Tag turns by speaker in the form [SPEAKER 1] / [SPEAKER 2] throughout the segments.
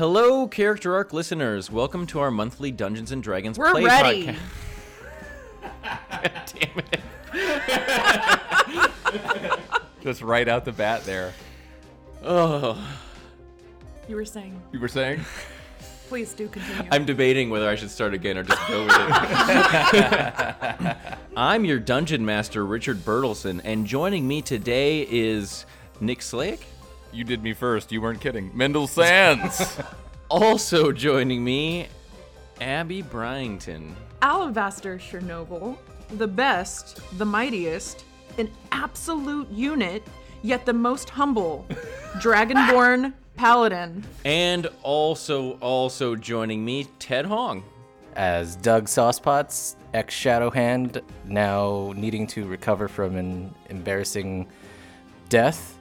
[SPEAKER 1] Hello, Character Arc listeners. Welcome to our monthly Dungeons and Dragons
[SPEAKER 2] We're
[SPEAKER 1] play
[SPEAKER 2] ready.
[SPEAKER 1] podcast. Damn it.
[SPEAKER 3] Just right out the bat there.
[SPEAKER 1] Oh,
[SPEAKER 2] You were saying,
[SPEAKER 3] You were saying?
[SPEAKER 2] please do continue.
[SPEAKER 1] I'm debating whether I should start again or just go with it. I'm your dungeon master, Richard Bertelson, and joining me today is Nick Slake.
[SPEAKER 3] You did me first. You weren't kidding. Mendel Sands.
[SPEAKER 1] Also joining me, Abby Bryington.
[SPEAKER 2] Alabaster Chernobyl, the best, the mightiest, an absolute unit, yet the most humble, Dragonborn Paladin.
[SPEAKER 1] And also, also joining me, Ted Hong.
[SPEAKER 4] as Doug Saucepots, ex Shadowhand, now needing to recover from an embarrassing death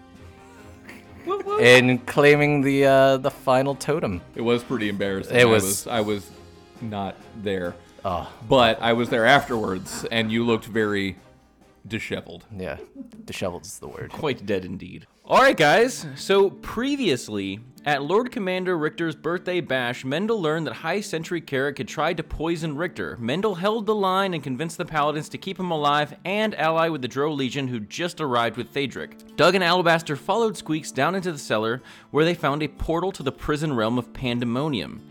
[SPEAKER 4] and claiming the uh, the final totem.
[SPEAKER 3] it was pretty embarrassing.
[SPEAKER 4] It
[SPEAKER 3] I
[SPEAKER 4] was-
[SPEAKER 3] I was not there. But I was there afterwards, and you looked very disheveled.
[SPEAKER 4] Yeah, disheveled is the word.
[SPEAKER 1] Quite dead indeed. All right, guys. So previously, at Lord Commander Richter's birthday bash, Mendel learned that High Sentry Carrick had tried to poison Richter. Mendel held the line and convinced the Paladins to keep him alive and ally with the Drow Legion, who just arrived with Phaedric. Doug and Alabaster followed Squeaks down into the cellar, where they found a portal to the prison realm of Pandemonium.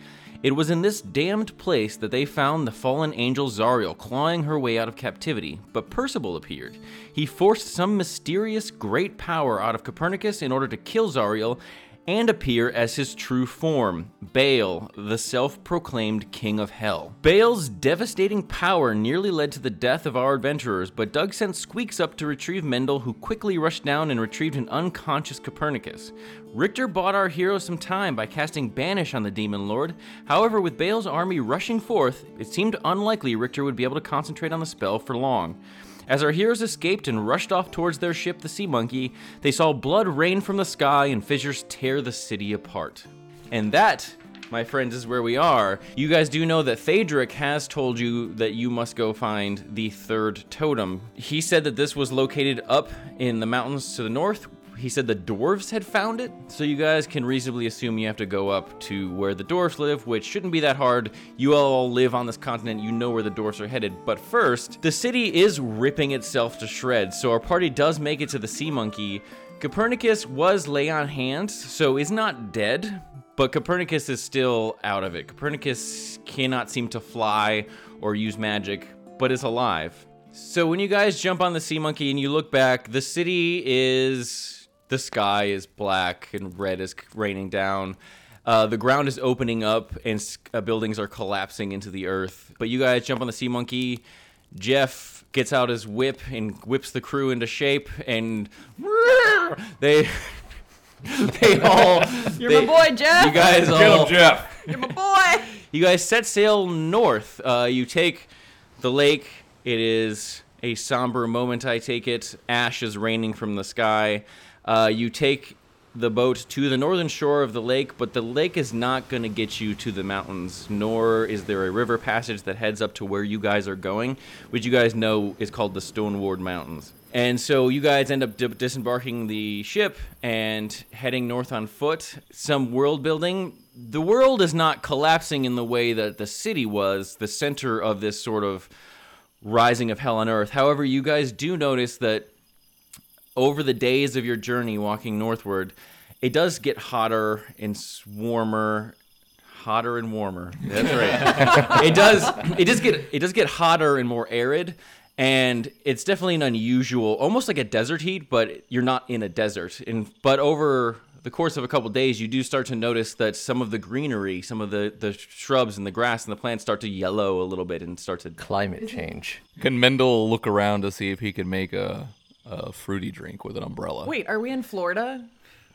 [SPEAKER 1] It was in this damned place that they found the fallen angel Zariel clawing her way out of captivity, but Percival appeared. He forced some mysterious great power out of Copernicus in order to kill Zariel and appear as his true form, Baal, the self proclaimed king of hell. Baal's devastating power nearly led to the death of our adventurers, but Doug sent Squeaks up to retrieve Mendel, who quickly rushed down and retrieved an unconscious Copernicus. Richter bought our hero some time by casting Banish on the Demon Lord. However, with Baal's army rushing forth, it seemed unlikely Richter would be able to concentrate on the spell for long. As our heroes escaped and rushed off towards their ship, the Sea Monkey, they saw blood rain from the sky and fissures tear the city apart. And that, my friends, is where we are. You guys do know that Phaedric has told you that you must go find the third totem. He said that this was located up in the mountains to the north. He said the dwarves had found it, so you guys can reasonably assume you have to go up to where the dwarves live, which shouldn't be that hard. You all live on this continent, you know where the dwarves are headed. But first, the city is ripping itself to shreds, so our party does make it to the Sea Monkey. Copernicus was lay on hands, so is not dead, but Copernicus is still out of it. Copernicus cannot seem to fly or use magic, but is alive. So when you guys jump on the sea monkey and you look back, the city is the sky is black and red is raining down. Uh, the ground is opening up and s- uh, buildings are collapsing into the earth. But you guys jump on the sea monkey. Jeff gets out his whip and whips the crew into shape, and they they all
[SPEAKER 2] You're
[SPEAKER 1] they-
[SPEAKER 2] my boy, Jeff.
[SPEAKER 1] you guys
[SPEAKER 3] Kill
[SPEAKER 1] all
[SPEAKER 3] him, Jeff.
[SPEAKER 2] You're my boy.
[SPEAKER 1] you guys set sail north. Uh, you take the lake. It is a somber moment. I take it. Ash is raining from the sky. Uh, you take the boat to the northern shore of the lake, but the lake is not going to get you to the mountains. Nor is there a river passage that heads up to where you guys are going, which you guys know is called the Stoneward Mountains. And so you guys end up di- disembarking the ship and heading north on foot. Some world building. The world is not collapsing in the way that the city was, the center of this sort of rising of hell on earth. However, you guys do notice that over the days of your journey walking northward, it does get hotter and s- warmer, hotter and warmer. That's right. it does. It does get. It does get hotter and more arid, and it's definitely an unusual, almost like a desert heat, but you're not in a desert. And but over the course of a couple days, you do start to notice that some of the greenery, some of the the shrubs and the grass and the plants start to yellow a little bit and start to
[SPEAKER 4] Climate change.
[SPEAKER 3] Can Mendel look around to see if he can make a, a fruity drink with an umbrella?
[SPEAKER 2] Wait, are we in Florida?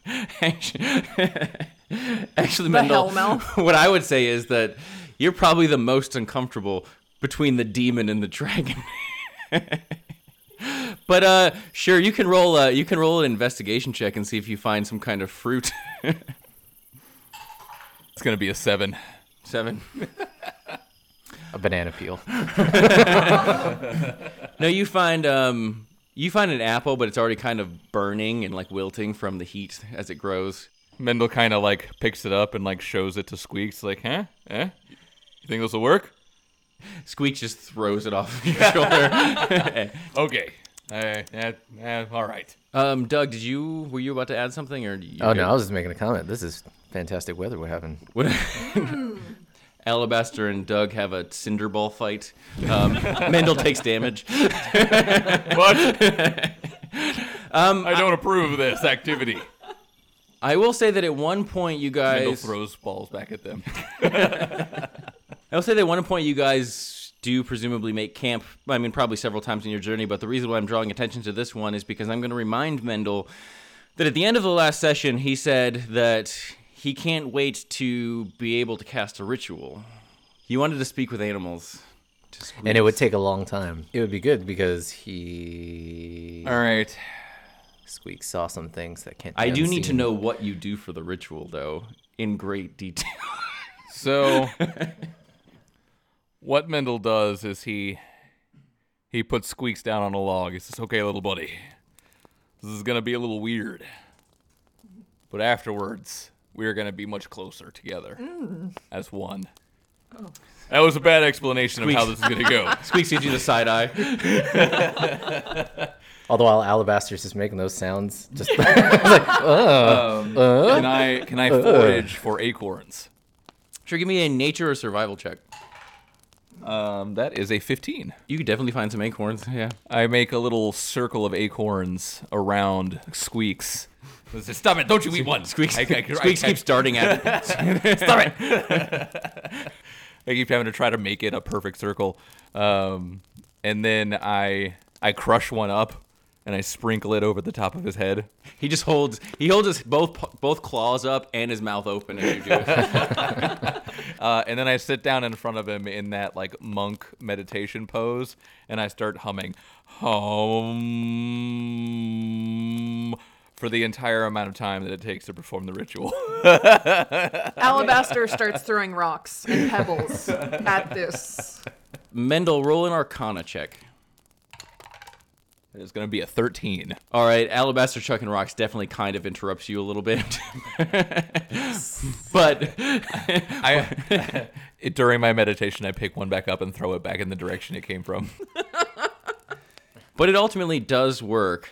[SPEAKER 1] Uh, Actually, actually,
[SPEAKER 2] The
[SPEAKER 1] Mendel,
[SPEAKER 2] hell no.
[SPEAKER 1] what I would say is that you're probably the most uncomfortable between the demon and the dragon. but uh, sure, you can roll. Uh, you can roll an investigation check and see if you find some kind of fruit.
[SPEAKER 3] It's gonna be a seven.
[SPEAKER 1] Seven.
[SPEAKER 4] A banana peel.
[SPEAKER 1] No, you find um, you find an apple, but it's already kind of burning and like wilting from the heat as it grows.
[SPEAKER 3] Mendel kind of like picks it up and like shows it to Squeaks, like, huh? Eh? You think this will work?
[SPEAKER 1] Squeak just throws it off your shoulder.
[SPEAKER 3] Okay. Uh, eh, eh, all right.
[SPEAKER 1] Um, Doug, did you were you about to add something or? You
[SPEAKER 4] Oh no, I was just making a comment. This is fantastic weather. What happened?
[SPEAKER 1] What- Alabaster and Doug have a cinder ball fight. Um, Mendel takes damage.
[SPEAKER 3] What? um, I don't approve of this activity.
[SPEAKER 1] I will say that at one point you
[SPEAKER 3] Mendel
[SPEAKER 1] guys,
[SPEAKER 3] throws balls back at them.
[SPEAKER 1] I will say that at one point you guys do presumably make camp. I mean, probably several times in your journey. But the reason why I'm drawing attention to this one is because I'm going to remind Mendel that at the end of the last session he said that he can't wait to be able to cast a ritual. He wanted to speak with animals. To
[SPEAKER 4] And it would take a long time. It would be good because he
[SPEAKER 3] All right.
[SPEAKER 4] Squeak saw some things that can't. Be
[SPEAKER 1] I do need to
[SPEAKER 4] unseen.
[SPEAKER 1] know what you do for the ritual, though, in great detail.
[SPEAKER 3] So, what Mendel does is he he puts Squeaks down on a log. He says, "Okay, little buddy, this is gonna be a little weird, but afterwards we are gonna be much closer together as one." Oh. That was a bad explanation of how this is gonna go.
[SPEAKER 1] Squeaks gives you the side eye.
[SPEAKER 4] All the while, Alabaster's just making those sounds. Just
[SPEAKER 3] Can I can I forage for acorns?
[SPEAKER 1] Sure, give me a nature or survival check.
[SPEAKER 3] Um, that is a fifteen.
[SPEAKER 1] You could definitely find some acorns. Yeah.
[SPEAKER 3] I make a little circle of acorns around Squeaks. I say, Stop it! Don't you eat E one.
[SPEAKER 1] Squeaks,
[SPEAKER 3] I, I- I-
[SPEAKER 1] Squeaks
[SPEAKER 3] I-
[SPEAKER 1] keeps darting at it.
[SPEAKER 3] Stop it! I keep having to try to make it a perfect circle, um, and then I I crush one up and I sprinkle it over the top of his head.
[SPEAKER 1] He just holds. He holds his both p- both claws up and his mouth open as you do it.
[SPEAKER 3] Uh, and then I sit down in front of him in that like monk meditation pose, and I start humming, hum, for the entire amount of time that it takes to perform the ritual.
[SPEAKER 2] Alabaster starts throwing rocks and pebbles at this.
[SPEAKER 1] Mendel, roll an Arcana check.
[SPEAKER 3] it's gonna be a thirteen.
[SPEAKER 1] All right, Alabaster Chuck and Rocks definitely kind of interrupts you a little bit, but
[SPEAKER 3] I it, during my meditation, I pick one back up and throw it back in the direction it came from.
[SPEAKER 1] But it ultimately does work.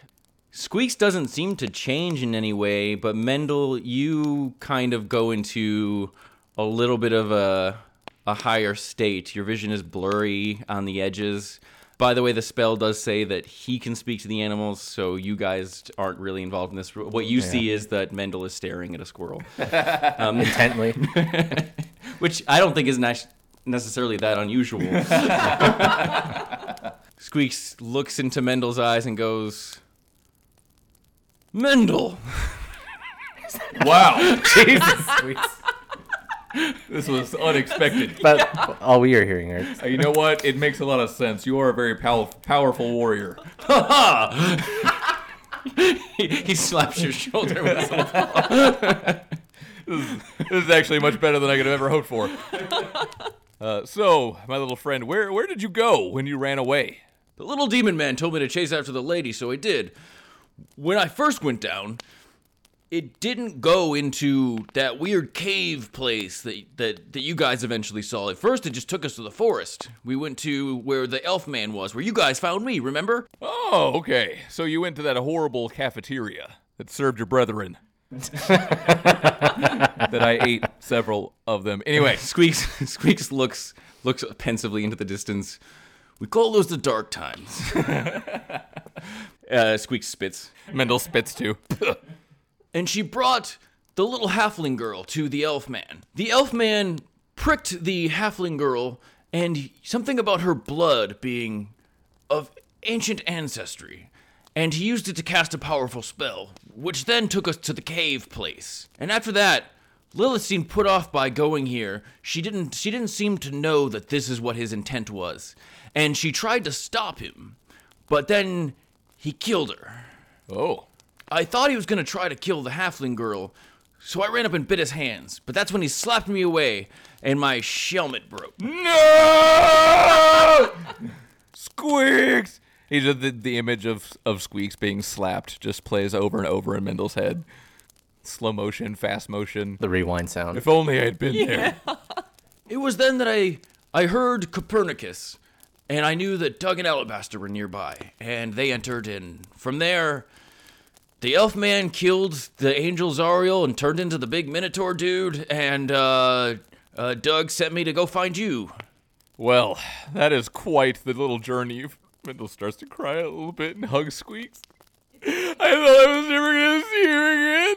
[SPEAKER 1] Squeaks doesn't seem to change in any way, but Mendel, you kind of go into a little bit of a a higher state. Your vision is blurry on the edges. By the way, the spell does say that he can speak to the animals, so you guys aren't really involved in this. What you see is that Mendel is staring at a squirrel,
[SPEAKER 4] intently.
[SPEAKER 1] which I don't think is nec- necessarily that unusual. Squeaks looks into Mendel's eyes and goes, Mendel!
[SPEAKER 3] Wow,
[SPEAKER 4] Jesus, Squeaks.
[SPEAKER 3] this was unexpected.
[SPEAKER 4] But all we are hearing are
[SPEAKER 3] Uh, You know what? It makes a lot of sense. You are a very pow- powerful warrior.
[SPEAKER 1] he, he slaps your shoulder with his little-
[SPEAKER 3] This is actually much better than I could have ever hoped for. Uh, so, my little friend, where where did you go when you ran away?
[SPEAKER 1] The little demon man told me to chase after the lady, so I did. When I first went down, it didn't go into that weird cave place that, that, that you guys eventually saw. At first, it just took us to the forest. We went to where the elf man was, where you guys found me, remember?
[SPEAKER 3] Oh, okay. So you went to that horrible cafeteria that served your brethren. that I ate several of them. Anyway,
[SPEAKER 1] Squeaks Squeaks looks looks pensively into the distance. We call those the dark times. uh, Squeaks spits.
[SPEAKER 3] Mendel spits too.
[SPEAKER 1] And she brought the little halfling girl to the elf man. The elf man pricked the halfling girl, and something about her blood being of ancient ancestry. And he used it to cast a powerful spell, which then took us to the cave place. And after that, Lilith seemed put off by going here. She didn't she didn't seem to know that this is what his intent was. And she tried to stop him, but then he killed her.
[SPEAKER 3] Oh.
[SPEAKER 1] I thought he was gonna try to kill the halfling girl, so I ran up and bit his hands. But that's when he slapped me away, and my shelmet broke.
[SPEAKER 3] No! Squeaks! He just, the, the image of, of Squeaks being slapped just plays over and over in Mendel's head. slow motion, fast motion.
[SPEAKER 4] The rewind sound.
[SPEAKER 3] If only I had been there.
[SPEAKER 1] It was then that I I heard Copernicus, and I knew that Doug and Alabaster were nearby, and they entered, and from there, the elf man killed the angel Zariel and turned into the big Minotaur dude, and uh, uh, Doug sent me to go find you.
[SPEAKER 3] Well, that is quite the little journey. Mendel starts to cry a little bit and hug Squeaks. I thought I was never gonna see her again.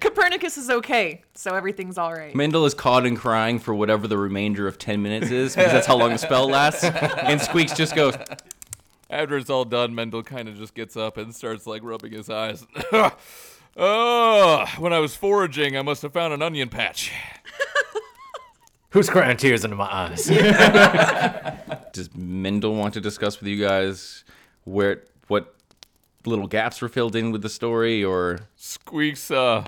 [SPEAKER 2] Copernicus is okay, so everything's all right.
[SPEAKER 1] Mendel is caught and crying for whatever the remainder of 10 minutes is, because that's how long the spell lasts. And Squeaks just goes,
[SPEAKER 3] After it's all done, Mendel kind of just gets up and starts like rubbing his eyes. oh, when I was foraging, I must have found an onion patch.
[SPEAKER 4] Who's crying tears into my eyes?
[SPEAKER 1] Does Mendel want to discuss with you guys where what little gaps were filled in with the story, or
[SPEAKER 3] Squeaks, uh,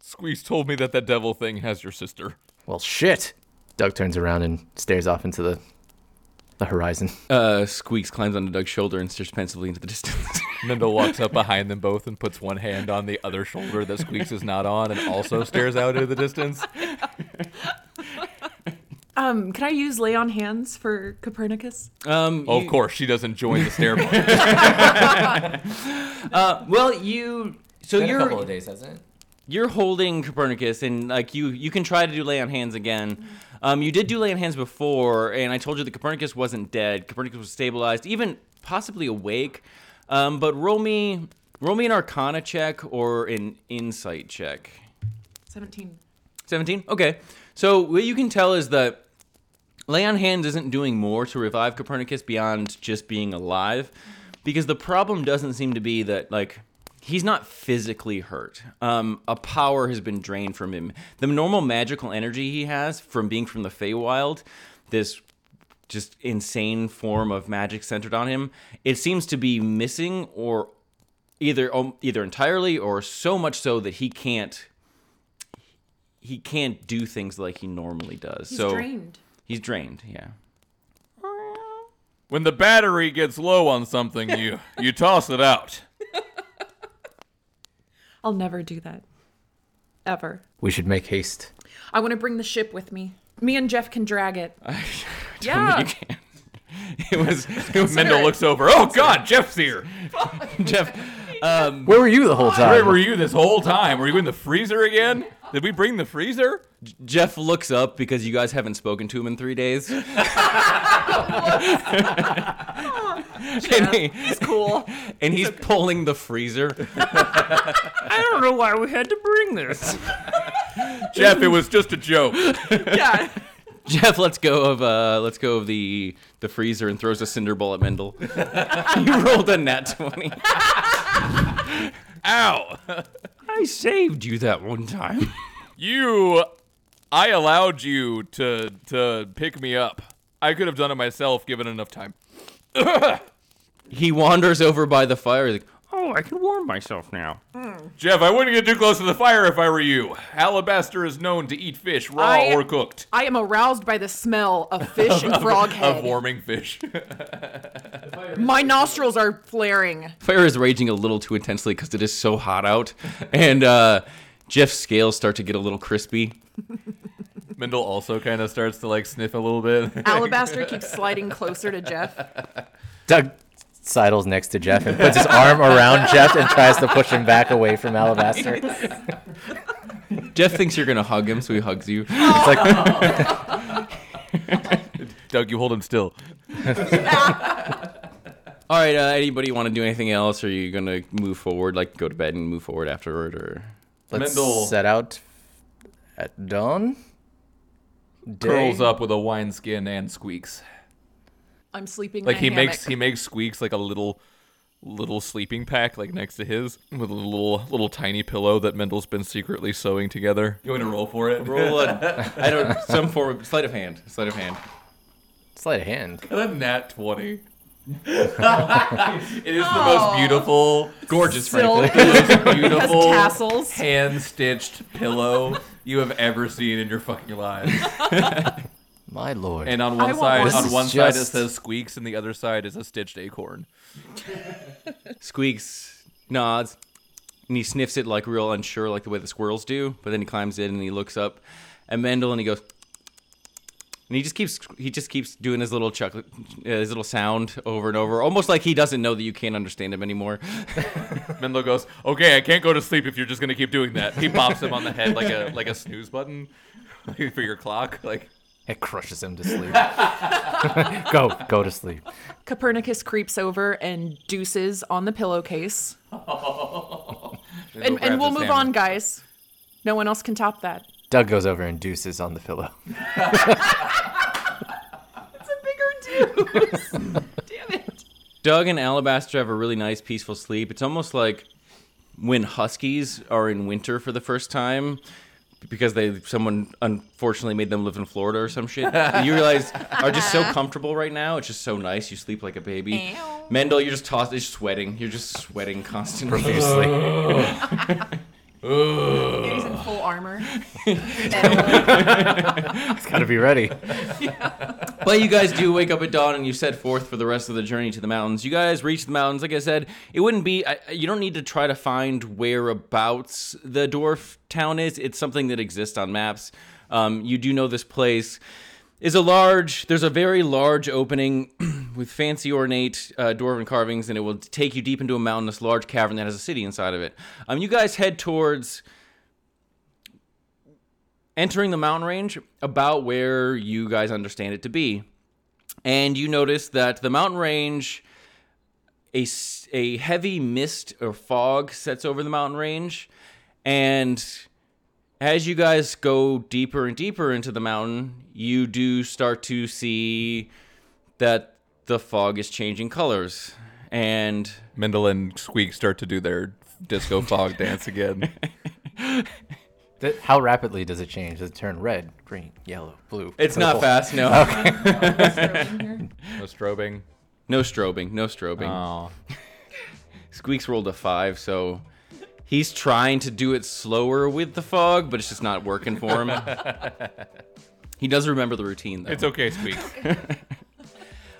[SPEAKER 3] Squeaks told me that that devil thing has your sister.
[SPEAKER 4] well, shit. Doug turns around and stares off into the the horizon.
[SPEAKER 1] uh, Squeaks climbs onto Doug's shoulder and stares pensively into the distance.
[SPEAKER 3] Mendel walks up behind them both and puts one hand on the other shoulder that Squeaks is not on and also stares out into the distance.
[SPEAKER 2] Um, can I use lay on hands for Copernicus?
[SPEAKER 1] um,
[SPEAKER 3] Oh, of course, she doesn't join the stair march.
[SPEAKER 1] well, you so
[SPEAKER 5] Been a couple
[SPEAKER 1] you're
[SPEAKER 5] of days, hasn't it?
[SPEAKER 1] you're holding Copernicus, and like you you can try to do lay on hands again. Um, you did do lay on hands before, and I told you that Copernicus wasn't dead. Copernicus was stabilized, even possibly awake. Um, but roll me roll me an Arcana check or an Insight check.
[SPEAKER 2] 17.
[SPEAKER 1] 17 okay so what you can tell is that lay on hands isn't doing more to revive copernicus beyond just being alive because the problem doesn't seem to be that like he's not physically hurt um, a power has been drained from him the normal magical energy he has from being from the Feywild, this just insane form of magic centered on him it seems to be missing or either um, either entirely or so much so that he can't he can't do things like he normally does.
[SPEAKER 2] He's
[SPEAKER 1] so
[SPEAKER 2] drained.
[SPEAKER 1] he's drained. Yeah.
[SPEAKER 3] when the battery gets low on something, you you toss it out.
[SPEAKER 2] I'll never do that. Ever.
[SPEAKER 4] We should make haste.
[SPEAKER 2] I want to bring the ship with me. Me and Jeff can drag it.
[SPEAKER 1] I
[SPEAKER 2] yeah.
[SPEAKER 1] mean, you can't. It was, it was
[SPEAKER 3] Mendel looks over. Oh God, Jeff's here.
[SPEAKER 1] Jeff.
[SPEAKER 4] Where were you the whole time?
[SPEAKER 3] Where were you this whole time? Were you in the freezer again? Did we bring the freezer?
[SPEAKER 1] Jeff looks up because you guys haven't spoken to him in three days. and, he-
[SPEAKER 2] It's cool.
[SPEAKER 1] and he's pulling the freezer.
[SPEAKER 6] I don't know why we had to bring this.
[SPEAKER 3] Jeff, it was just a joke.
[SPEAKER 2] yeah.
[SPEAKER 1] Jeff lets go of uh, let's go of the the freezer and throws a cinder ball at Mendel. you rolled a nat twenty.
[SPEAKER 3] Ow.
[SPEAKER 1] I saved you that one time.
[SPEAKER 3] You I allowed you to to pick me up. I could have done it myself given enough time.
[SPEAKER 1] He wanders over by the fire. He's like,
[SPEAKER 6] Oh, I can warm myself now.
[SPEAKER 3] Jeff, I wouldn't get too close to the fire if I were you. Alabaster is known to eat fish raw
[SPEAKER 2] I-
[SPEAKER 3] or cooked.
[SPEAKER 2] I am aroused by the smell of fish and frog
[SPEAKER 3] Of
[SPEAKER 2] head.
[SPEAKER 3] warming fish.
[SPEAKER 2] My nostrils are flaring.
[SPEAKER 1] fire is raging a little too intensely because it is so hot out, and uh, Jeff's scales start to get a little crispy.
[SPEAKER 3] Mendel also kind of starts to like sniff a little bit.
[SPEAKER 2] Alabaster keeps sliding closer to Jeff.
[SPEAKER 4] Doug sidles next to Jeff and puts his arm around Jeff and tries to push him back away from Alabaster. It's
[SPEAKER 1] Jeff thinks you're gonna hug him, so he hugs you.
[SPEAKER 4] like,
[SPEAKER 3] Doug, you hold him still.
[SPEAKER 1] All right, uh, anybody want to do anything else? Or are you gonna move forward, like go to bed and move forward afterward, or
[SPEAKER 4] let's
[SPEAKER 3] Mendel-
[SPEAKER 4] set out at dawn. Day?
[SPEAKER 3] Curls up with a wine skin and squeaks.
[SPEAKER 2] I'm sleeping. in
[SPEAKER 3] Like
[SPEAKER 2] a
[SPEAKER 3] he
[SPEAKER 2] hammock.
[SPEAKER 3] makes he makes squeaks like a little little sleeping pack like next to his with a little little tiny pillow that Mendel's been secretly sewing together. You want to roll for it?
[SPEAKER 1] roll a, I don't some form of sleight of hand, sleight of hand.
[SPEAKER 4] Sleight of hand.
[SPEAKER 3] a nat twenty. it is the most beautiful,
[SPEAKER 1] Gorgeous,
[SPEAKER 2] silk
[SPEAKER 1] frankly.
[SPEAKER 2] has
[SPEAKER 3] beautiful
[SPEAKER 2] tassels.
[SPEAKER 3] hand stitched pillow you have ever seen in your fucking lives.
[SPEAKER 4] My lord.
[SPEAKER 3] And on
[SPEAKER 2] I
[SPEAKER 3] one
[SPEAKER 2] want
[SPEAKER 3] side,
[SPEAKER 2] one.
[SPEAKER 3] on
[SPEAKER 4] This
[SPEAKER 3] one
[SPEAKER 4] is
[SPEAKER 3] side it
[SPEAKER 4] just-
[SPEAKER 3] says squeaks, and the other side is a stitched acorn.
[SPEAKER 1] Squeaks nods. and he sniffs it like real unsure, like the way the squirrels do. But then he climbs in and he looks up at Mendel and he goes, and he just keeps he just keeps doing his little chuckle, uh, his little sound over and over, almost like he doesn't know that you can't understand him anymore.
[SPEAKER 3] Mendel goes, "Okay, I can't go to sleep if you're just gonna keep doing that." He pops him on the head like a like a snooze button like for your clock. Like
[SPEAKER 4] It crushes him to sleep. go, go to sleep.
[SPEAKER 2] Copernicus creeps over and deuces on the pillowcase. And, and we'll move on, guys. No one else can top that.
[SPEAKER 4] Doug goes over and deuces on the pillow.
[SPEAKER 2] It's a bigger deuce. Damn it.
[SPEAKER 1] Doug and Alabaster have a really nice, peaceful sleep. It's almost like when huskies are in winter for the first time because they someone unfortunately made them live in Florida or some shit. And you realize are just so comfortable right now. It's just so nice. You sleep like a baby. Mendel, you're just tossed. You're just sweating. You're just sweating constantly.
[SPEAKER 5] Uh-huh.
[SPEAKER 4] Profusely.
[SPEAKER 2] He's in full armor.
[SPEAKER 4] Gotta be ready.
[SPEAKER 1] but you guys do wake up at dawn and you set forth for the rest of the journey to the mountains. You guys reach the mountains. Like I said, it wouldn't be, I, you don't need to try to find whereabouts the dwarf town is. It's something that exists on maps. Um, you do know this place is a large, there's a very large opening with fancy ornate uh, dwarven carvings, and it will take you deep into a mountainous large cavern that has a city inside of it. Um, you guys head towards entering the mountain range about where you guys understand it to be. And you notice that the mountain range, a, s- a heavy mist or fog sets over the mountain range. And as you guys go deeper and deeper into the mountain, you do start to see that the fog is changing colors. And
[SPEAKER 3] Mendel and Squeak start to do their disco fog dance again.
[SPEAKER 4] Th- How rapidly does it change? Does it turn red, green, yellow, blue?
[SPEAKER 1] it's not
[SPEAKER 4] purple?
[SPEAKER 1] fast, no.
[SPEAKER 3] No strobing.
[SPEAKER 1] No strobing, no strobing.
[SPEAKER 3] Oh.
[SPEAKER 1] Squeaks rolled a five, so he's trying to do it slower with the fog, but it's just not working for him. he does remember the routine though.
[SPEAKER 3] It's okay, Squeak.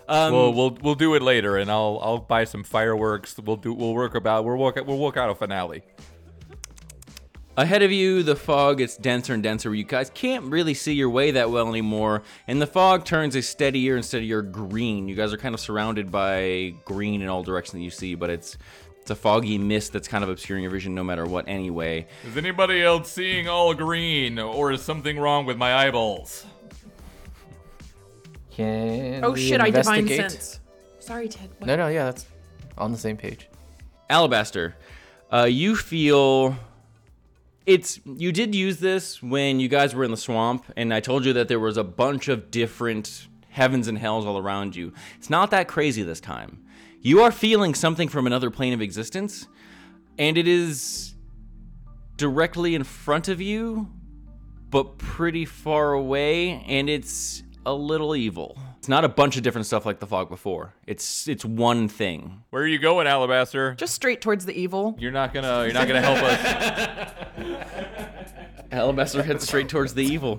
[SPEAKER 3] we'll, we'll we'll do it later, and I'll I'll buy some fireworks. We'll do we'll work about we'll work we'll work out a finale.
[SPEAKER 1] Ahead of you, the fog gets denser and denser. You guys can't really see your way that well anymore, and the fog turns a steadier and steadier green. You guys are kind of surrounded by green in all directions that you see, but it's it's a foggy mist that's kind of obscuring your vision no matter what. Anyway,
[SPEAKER 3] Is anybody else seeing all green, or is something wrong with my eyeballs?
[SPEAKER 4] Can
[SPEAKER 2] Oh
[SPEAKER 4] we
[SPEAKER 2] shit, I divine
[SPEAKER 4] investigate?
[SPEAKER 2] sense. Sorry, Ted. What?
[SPEAKER 4] No, no, yeah, that's on the same page.
[SPEAKER 1] Alabaster, uh, you feel it's you did use this when you guys were in the swamp, and I told you that there was a bunch of different heavens and hells all around you. It's not that crazy this time. You are feeling something from another plane of existence, and it is directly in front of you, but pretty far away, and it's a little evil. It's not a bunch of different stuff like the fog before. It's it's one thing.
[SPEAKER 3] Where are you going, Alabaster?
[SPEAKER 2] Just straight towards the evil.
[SPEAKER 3] You're not gonna you're not gonna help us.
[SPEAKER 1] Alabaster heads straight towards the evil.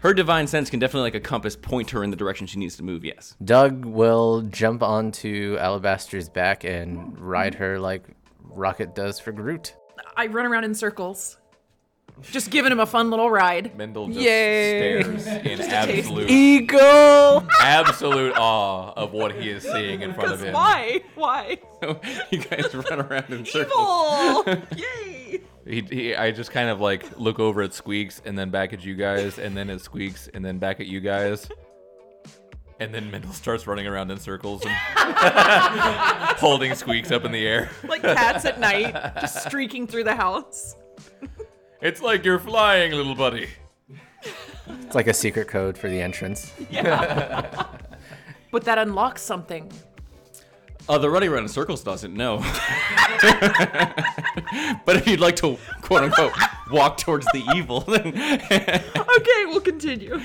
[SPEAKER 1] Her divine sense can definitely, like a compass, point her in the direction she needs to move. Yes.
[SPEAKER 4] Doug will jump onto Alabaster's back and ride her like Rocket does for Groot.
[SPEAKER 2] I run around in circles, just giving him a fun little ride.
[SPEAKER 3] Mendel just
[SPEAKER 2] Yay.
[SPEAKER 3] stares in absolute
[SPEAKER 4] Eagle!
[SPEAKER 3] absolute awe of what he is seeing in front of
[SPEAKER 2] Because
[SPEAKER 3] him.
[SPEAKER 2] why? Why?
[SPEAKER 1] you guys run around in circles.
[SPEAKER 2] Evil! Yay!
[SPEAKER 3] He, he, I just kind of like look over at Squeaks and then back at you guys and then at Squeaks and then back at you guys. And then Mendel starts running around in circles and holding Squeaks up in the air.
[SPEAKER 2] Like cats at night, just streaking through the house.
[SPEAKER 3] It's like you're flying, little buddy.
[SPEAKER 4] It's like a secret code for the entrance.
[SPEAKER 2] But that unlocks something.
[SPEAKER 1] Uh, the running around in circles doesn't know. but if you'd like to, quote unquote, walk towards the evil, then
[SPEAKER 2] Okay, we'll continue.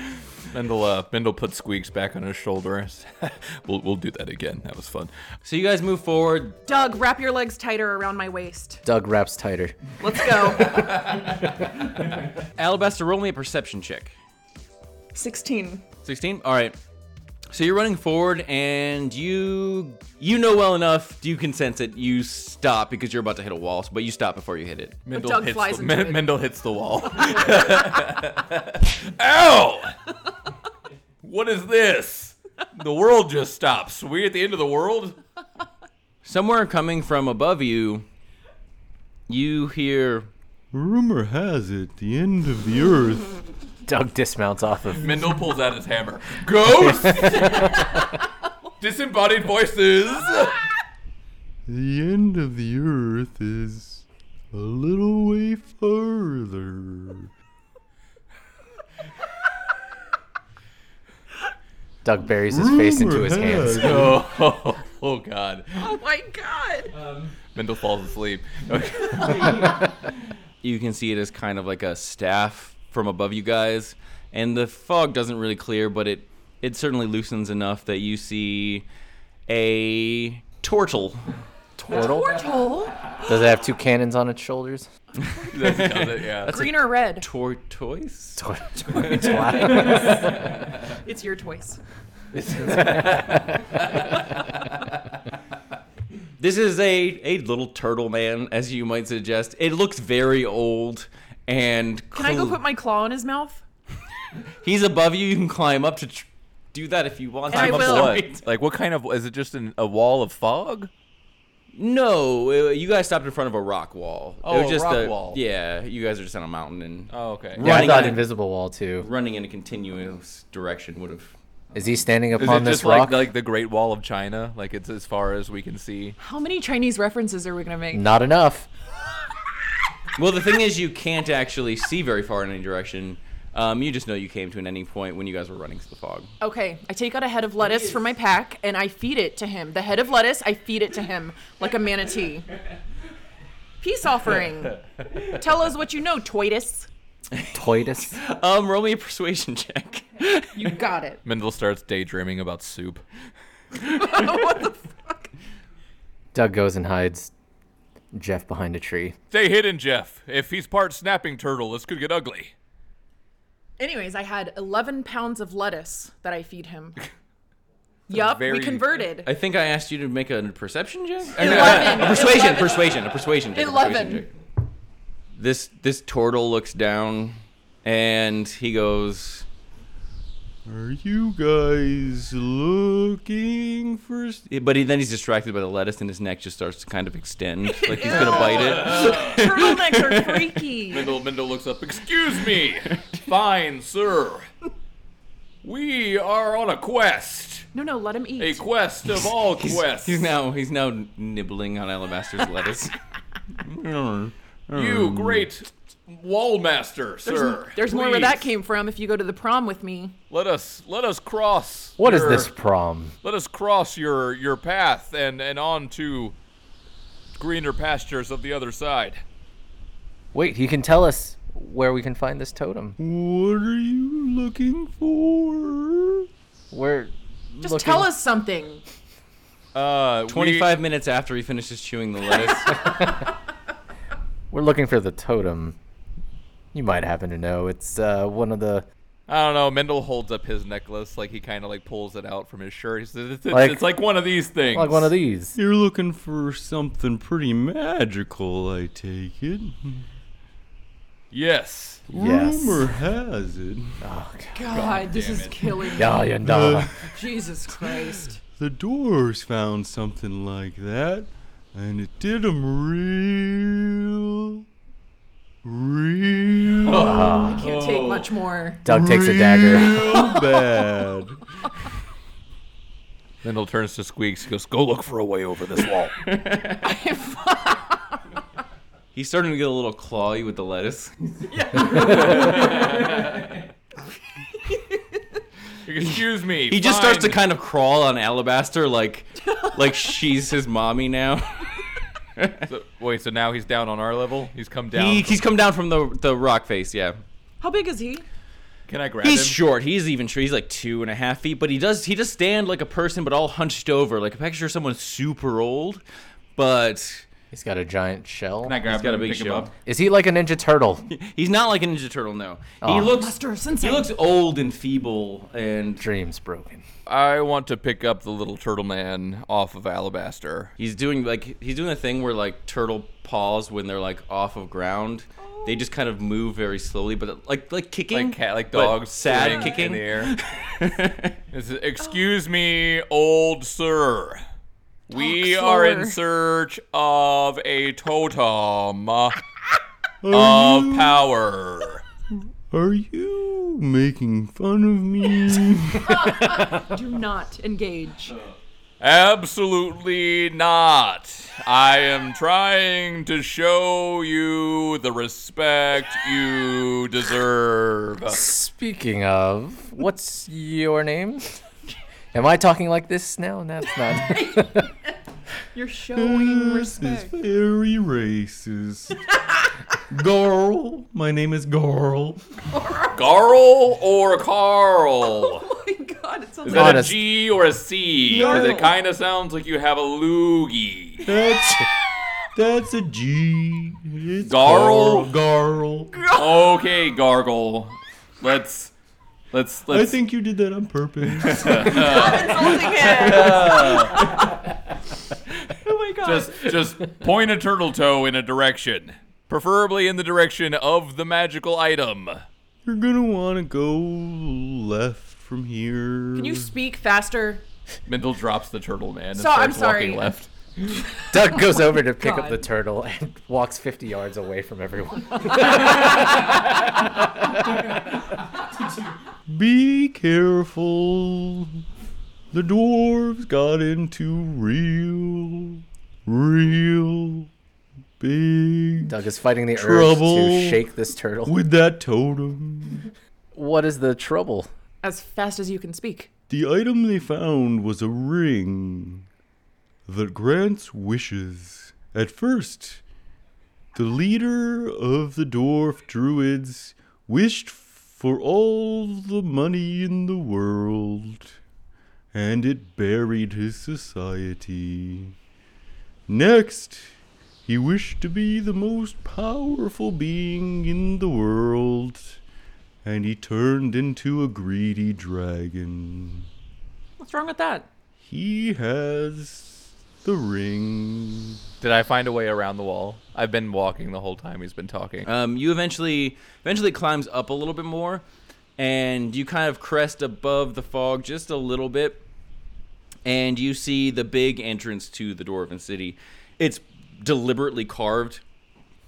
[SPEAKER 3] Mendel, uh, Mendel puts Squeaks back on his shoulder. we'll, we'll do that again. That was fun.
[SPEAKER 1] so you guys move forward.
[SPEAKER 2] Doug, wrap your legs tighter around my waist.
[SPEAKER 4] Doug wraps tighter.
[SPEAKER 2] Let's go.
[SPEAKER 1] Alabaster, roll me a perception check.
[SPEAKER 2] 16.
[SPEAKER 1] Sixteen. All right. So you're running forward, and you you know well enough. You can sense it. You stop because you're about to hit a wall, but you stop before you hit it.
[SPEAKER 3] Mendel
[SPEAKER 2] Doug
[SPEAKER 3] hits
[SPEAKER 2] flies
[SPEAKER 3] the,
[SPEAKER 2] into
[SPEAKER 3] Men-
[SPEAKER 2] it.
[SPEAKER 3] Mendel hits the wall. Ow! What is this? The world just stops. We at the end of the world?
[SPEAKER 1] Somewhere coming from above you, you hear
[SPEAKER 5] Rumor has it the end of the earth.
[SPEAKER 4] Doug dismounts off of
[SPEAKER 3] Mendel pulls out his hammer. Ghost! Disembodied voices!
[SPEAKER 5] The end of the earth is a little way further.
[SPEAKER 4] Doug buries his face into his
[SPEAKER 5] Rumor
[SPEAKER 4] hands.
[SPEAKER 5] has it-
[SPEAKER 3] Oh, oh, oh, God.
[SPEAKER 2] Oh my god!
[SPEAKER 3] Mendel falls asleep. Okay.
[SPEAKER 1] you can see it as kind of like a staff from above you guys and the fog doesn't really clear but it it certainly loosens enough that you see a turtle
[SPEAKER 4] Turtle?
[SPEAKER 2] Portal,
[SPEAKER 4] Does it have two cannons on its shoulders?
[SPEAKER 3] That's, that's it, yeah.
[SPEAKER 2] green or red?
[SPEAKER 1] tortoise
[SPEAKER 4] Tor-
[SPEAKER 2] It's your choice.
[SPEAKER 1] this is a a little turtle man as you might suggest it looks very old and
[SPEAKER 2] Can I go
[SPEAKER 1] cl-
[SPEAKER 2] put my claw in his mouth?
[SPEAKER 1] he's above you you can climb up to tr- do that if you want
[SPEAKER 2] I
[SPEAKER 1] I'm
[SPEAKER 2] will.
[SPEAKER 1] sorry.
[SPEAKER 3] What? Like, what kind of. Is it just an, a wall of fog?
[SPEAKER 1] no uh, you guys stopped in front of a rock wall it
[SPEAKER 3] Oh,
[SPEAKER 1] was
[SPEAKER 3] a
[SPEAKER 1] just
[SPEAKER 3] rock wall.
[SPEAKER 1] yeah you guys are just on a mountain and
[SPEAKER 3] Oh, okay.
[SPEAKER 1] Yeah,
[SPEAKER 4] I
[SPEAKER 1] he
[SPEAKER 4] thought
[SPEAKER 1] got-
[SPEAKER 4] invisible wall too.
[SPEAKER 1] running in a continuous direction would have
[SPEAKER 4] Is he standing
[SPEAKER 3] Is
[SPEAKER 4] upon
[SPEAKER 3] it
[SPEAKER 4] this
[SPEAKER 3] just
[SPEAKER 4] rock?
[SPEAKER 3] like like the Great Wall of China? Like it's as far as we can see.
[SPEAKER 2] How many Chinese references are we gonna make?
[SPEAKER 4] Not enough.
[SPEAKER 1] Well, the thing is, you can't actually see very far in any direction. Um, you just know you came to an ending point when you guys were running through the fog.
[SPEAKER 2] Okay, I take out a head of lettuce from my pack and I feed it to him. The head of lettuce, I feed it to him like a manatee. Peace offering. Tell us what you know, Toitus.
[SPEAKER 4] Toitus.
[SPEAKER 1] Um, roll me a persuasion check.
[SPEAKER 2] You got it.
[SPEAKER 3] Mendel starts daydreaming about soup.
[SPEAKER 2] what the fuck?
[SPEAKER 4] Doug goes and hides Jeff behind a tree.
[SPEAKER 3] Stay hidden, Jeff. If he's part snapping turtle, this could get ugly.
[SPEAKER 2] Anyways, I had 11 pounds of lettuce that I feed him. Yup,
[SPEAKER 3] very-
[SPEAKER 2] we converted.
[SPEAKER 1] I think I asked you to make a perception check. Or no,
[SPEAKER 2] Eleven.
[SPEAKER 1] a persuasion,
[SPEAKER 2] Eleven.
[SPEAKER 1] persuasion, a persuasion check. a persuasion
[SPEAKER 2] Eleven.
[SPEAKER 1] check. This this turtle looks down, and he goes.
[SPEAKER 5] Are you guys looking for. s-
[SPEAKER 1] But he, then he's distracted by the lettuce, and his neck just starts to kind of extend, like he's gonna bite it.
[SPEAKER 2] Turtlenecks are freaky.
[SPEAKER 3] Mendel Mendel looks up. Excuse me. Fine, sir. We are on a quest.
[SPEAKER 2] No, no, let him eat.
[SPEAKER 3] A quest of all quests.
[SPEAKER 1] He's now he's now nibbling on Alabaster's lettuce.
[SPEAKER 3] you great wall master, sir.
[SPEAKER 2] There's more where that
[SPEAKER 3] Please,
[SPEAKER 2] came from if you go to the prom with me.
[SPEAKER 3] Let us let us cross.
[SPEAKER 4] What is
[SPEAKER 3] your-
[SPEAKER 4] this prom?
[SPEAKER 3] let us cross your your path and and on to greener pastures of the other side.
[SPEAKER 4] Wait, he can tell us where we can find this totem.
[SPEAKER 5] What are you looking for?
[SPEAKER 4] We're
[SPEAKER 2] Just
[SPEAKER 4] looking-
[SPEAKER 2] tell us something.
[SPEAKER 3] Uh,
[SPEAKER 1] 25 minutes after he finishes chewing the lettuce.
[SPEAKER 4] We're looking for the totem. You might happen to know it's uh, one of the
[SPEAKER 3] I don't know. Mendel holds up his necklace, like he kind of like pulls it out from his shirt. He says, it's, it's,
[SPEAKER 4] Like-
[SPEAKER 3] it's like one of these things.
[SPEAKER 4] like one of these.
[SPEAKER 5] You're looking for something pretty magical, I take it.
[SPEAKER 3] Yes.
[SPEAKER 4] Yes.
[SPEAKER 5] Rumor has it
[SPEAKER 2] God, this is killing me.
[SPEAKER 4] Yeah, yeah, nah.
[SPEAKER 2] Jesus Christ.
[SPEAKER 5] the dwarves found something like that, and it did them real, real,
[SPEAKER 4] Oh,
[SPEAKER 2] I can't take much more.
[SPEAKER 4] Doug takes a dagger.
[SPEAKER 5] real bad.
[SPEAKER 3] Mendel turns to Squeaks. He goes, "Go look for a way over this wall."
[SPEAKER 1] He's starting to get a little clawy with the lettuce.
[SPEAKER 3] Excuse me.
[SPEAKER 1] He just starts to kind of crawl on Alabaster like like she's his mommy now.
[SPEAKER 3] So, wait. So now he's down on our level. He's come down.
[SPEAKER 1] He, he's come down from the the rock face, yeah.
[SPEAKER 2] How big is he?
[SPEAKER 3] Can I grab
[SPEAKER 1] He's
[SPEAKER 3] him?
[SPEAKER 1] short. He's even short. He's like two and a half feet, but he does he does stand like a person, but all hunched over, like a picture of someone super old, but
[SPEAKER 4] He's got a giant shell.
[SPEAKER 3] Can I grab
[SPEAKER 1] He's got
[SPEAKER 3] him
[SPEAKER 1] a big
[SPEAKER 3] and pick him
[SPEAKER 1] shell.
[SPEAKER 3] up?
[SPEAKER 4] Is he like a Ninja Turtle?
[SPEAKER 1] He's not like a Ninja Turtle, no.
[SPEAKER 4] Aw.
[SPEAKER 1] He looks
[SPEAKER 2] Master of
[SPEAKER 1] he
[SPEAKER 2] Sensei.
[SPEAKER 1] looks old and feeble and
[SPEAKER 4] Dreams broken.
[SPEAKER 3] I want to pick up the little turtle man off of Alabaster.
[SPEAKER 1] He's doing like he's doing a thing where like turtle paws when they're like off of ground, they just kind of move very slowly, but like like kicking,
[SPEAKER 3] Like cat, like
[SPEAKER 1] but
[SPEAKER 3] dogs,
[SPEAKER 1] sad
[SPEAKER 3] sitting
[SPEAKER 1] kicking.
[SPEAKER 3] in the air. This
[SPEAKER 5] Oh.
[SPEAKER 3] is- Excuse me, old sir. We
[SPEAKER 2] Dog
[SPEAKER 3] are in
[SPEAKER 2] slur.
[SPEAKER 3] search of a totem of
[SPEAKER 5] Are you,
[SPEAKER 3] power.
[SPEAKER 5] are you making fun of me?
[SPEAKER 2] Do not engage.
[SPEAKER 3] Uh, Absolutely not. I am trying to show you the respect you deserve.
[SPEAKER 4] Speaking of, what's your name? Am I talking like this now? No, it's not.
[SPEAKER 2] You're showing
[SPEAKER 5] this is
[SPEAKER 2] respect.
[SPEAKER 5] very racist. Garl. My name is Garl.
[SPEAKER 3] Garl or Carl?
[SPEAKER 2] Oh my god, it sounds
[SPEAKER 3] Is
[SPEAKER 2] like
[SPEAKER 3] that a
[SPEAKER 4] Honest.
[SPEAKER 3] G or a C? Because it
[SPEAKER 5] No.
[SPEAKER 3] kind of sounds like you have a loogie.
[SPEAKER 5] That's that's a G. It's
[SPEAKER 3] Garl?
[SPEAKER 5] Garl. Garl.
[SPEAKER 3] Okay, Gargle. Let's let's
[SPEAKER 5] I
[SPEAKER 3] let's.
[SPEAKER 5] think you did that on purpose.
[SPEAKER 2] insulting him.
[SPEAKER 3] just just point a turtle toe in a direction, preferably in the direction of the magical item.
[SPEAKER 5] You're gonna wanna go left from here.
[SPEAKER 2] Can you speak faster?
[SPEAKER 3] Mendel drops the turtle man and
[SPEAKER 2] So, I'm
[SPEAKER 3] starts
[SPEAKER 2] sorry.
[SPEAKER 3] walking left.
[SPEAKER 4] Doug goes over to pick up
[SPEAKER 2] God.
[SPEAKER 4] the turtle and walks 50 yards away from everyone.
[SPEAKER 5] Be careful. The dwarves got into real, real big
[SPEAKER 4] Doug is fighting the urge
[SPEAKER 5] Trouble
[SPEAKER 4] to shake this turtle.
[SPEAKER 5] with that totem.
[SPEAKER 4] what is the trouble?
[SPEAKER 2] As fast as you can speak.
[SPEAKER 5] The item they found was a ring that grants wishes. At first, the leader of the dwarf druids wished for all the money in the world, and it buried his society. Next, he wished to be the most powerful being in the world, and he turned into a greedy dragon.
[SPEAKER 2] What's wrong with that?
[SPEAKER 5] He has the ring.
[SPEAKER 3] Did I find a way around the wall? I've been walking the whole time he's been talking.
[SPEAKER 5] Uh,
[SPEAKER 1] Um, you eventually eventually it climbs up a little bit more, and you kind of crest above the fog just a little bit, and you see the big entrance to the dwarven city. It's deliberately carved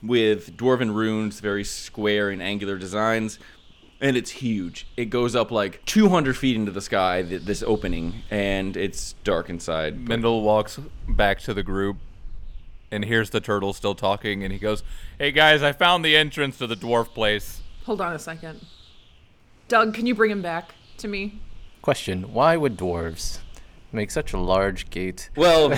[SPEAKER 1] with dwarven runes, very square and angular designs. And it's huge. It goes up like 200 feet into the sky, th- this opening, and it's dark inside.
[SPEAKER 3] Mendel walks back to the group and hears the turtle still talking and he goes, "Hey guys, I found the entrance to the dwarf place."
[SPEAKER 2] Hold on a second. Doug, can you bring him back to me?
[SPEAKER 4] Question Why would dwarves make such a large gate?
[SPEAKER 1] Well,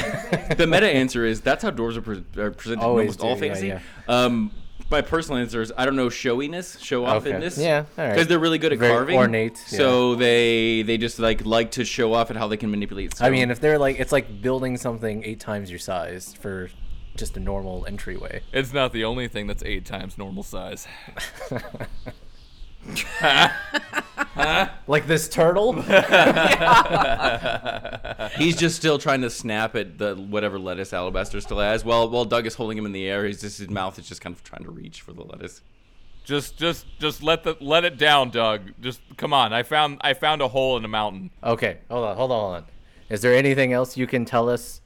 [SPEAKER 1] the meta answer is that's how dwarves are, pre- are presented
[SPEAKER 4] Always
[SPEAKER 1] in almost all
[SPEAKER 4] do, yeah,
[SPEAKER 1] fantasy.
[SPEAKER 4] yeah.
[SPEAKER 1] Um, my personal answer is I don't know showiness, show
[SPEAKER 4] Okay.
[SPEAKER 1] offiness.
[SPEAKER 4] Yeah, all right.
[SPEAKER 1] because they're really good at
[SPEAKER 4] Very
[SPEAKER 1] carving,
[SPEAKER 4] ornate,
[SPEAKER 1] So they they just like like to show off at how they can manipulate. Stone.
[SPEAKER 4] I mean, if they're like, it's like building something eight times your size for just a normal entryway.
[SPEAKER 3] It's not the only thing that's 8 times normal size.
[SPEAKER 4] Like this turtle?
[SPEAKER 1] he's just still trying to snap at the whatever lettuce Alabaster still has. While while Doug is holding him in the air, he's just his mouth is just kind of trying to reach for the lettuce.
[SPEAKER 3] Just just just let the let it down, Doug. Just come on. I found I found a hole in a mountain.
[SPEAKER 4] Okay, hold on, hold on, hold on. Is there anything else you can tell us,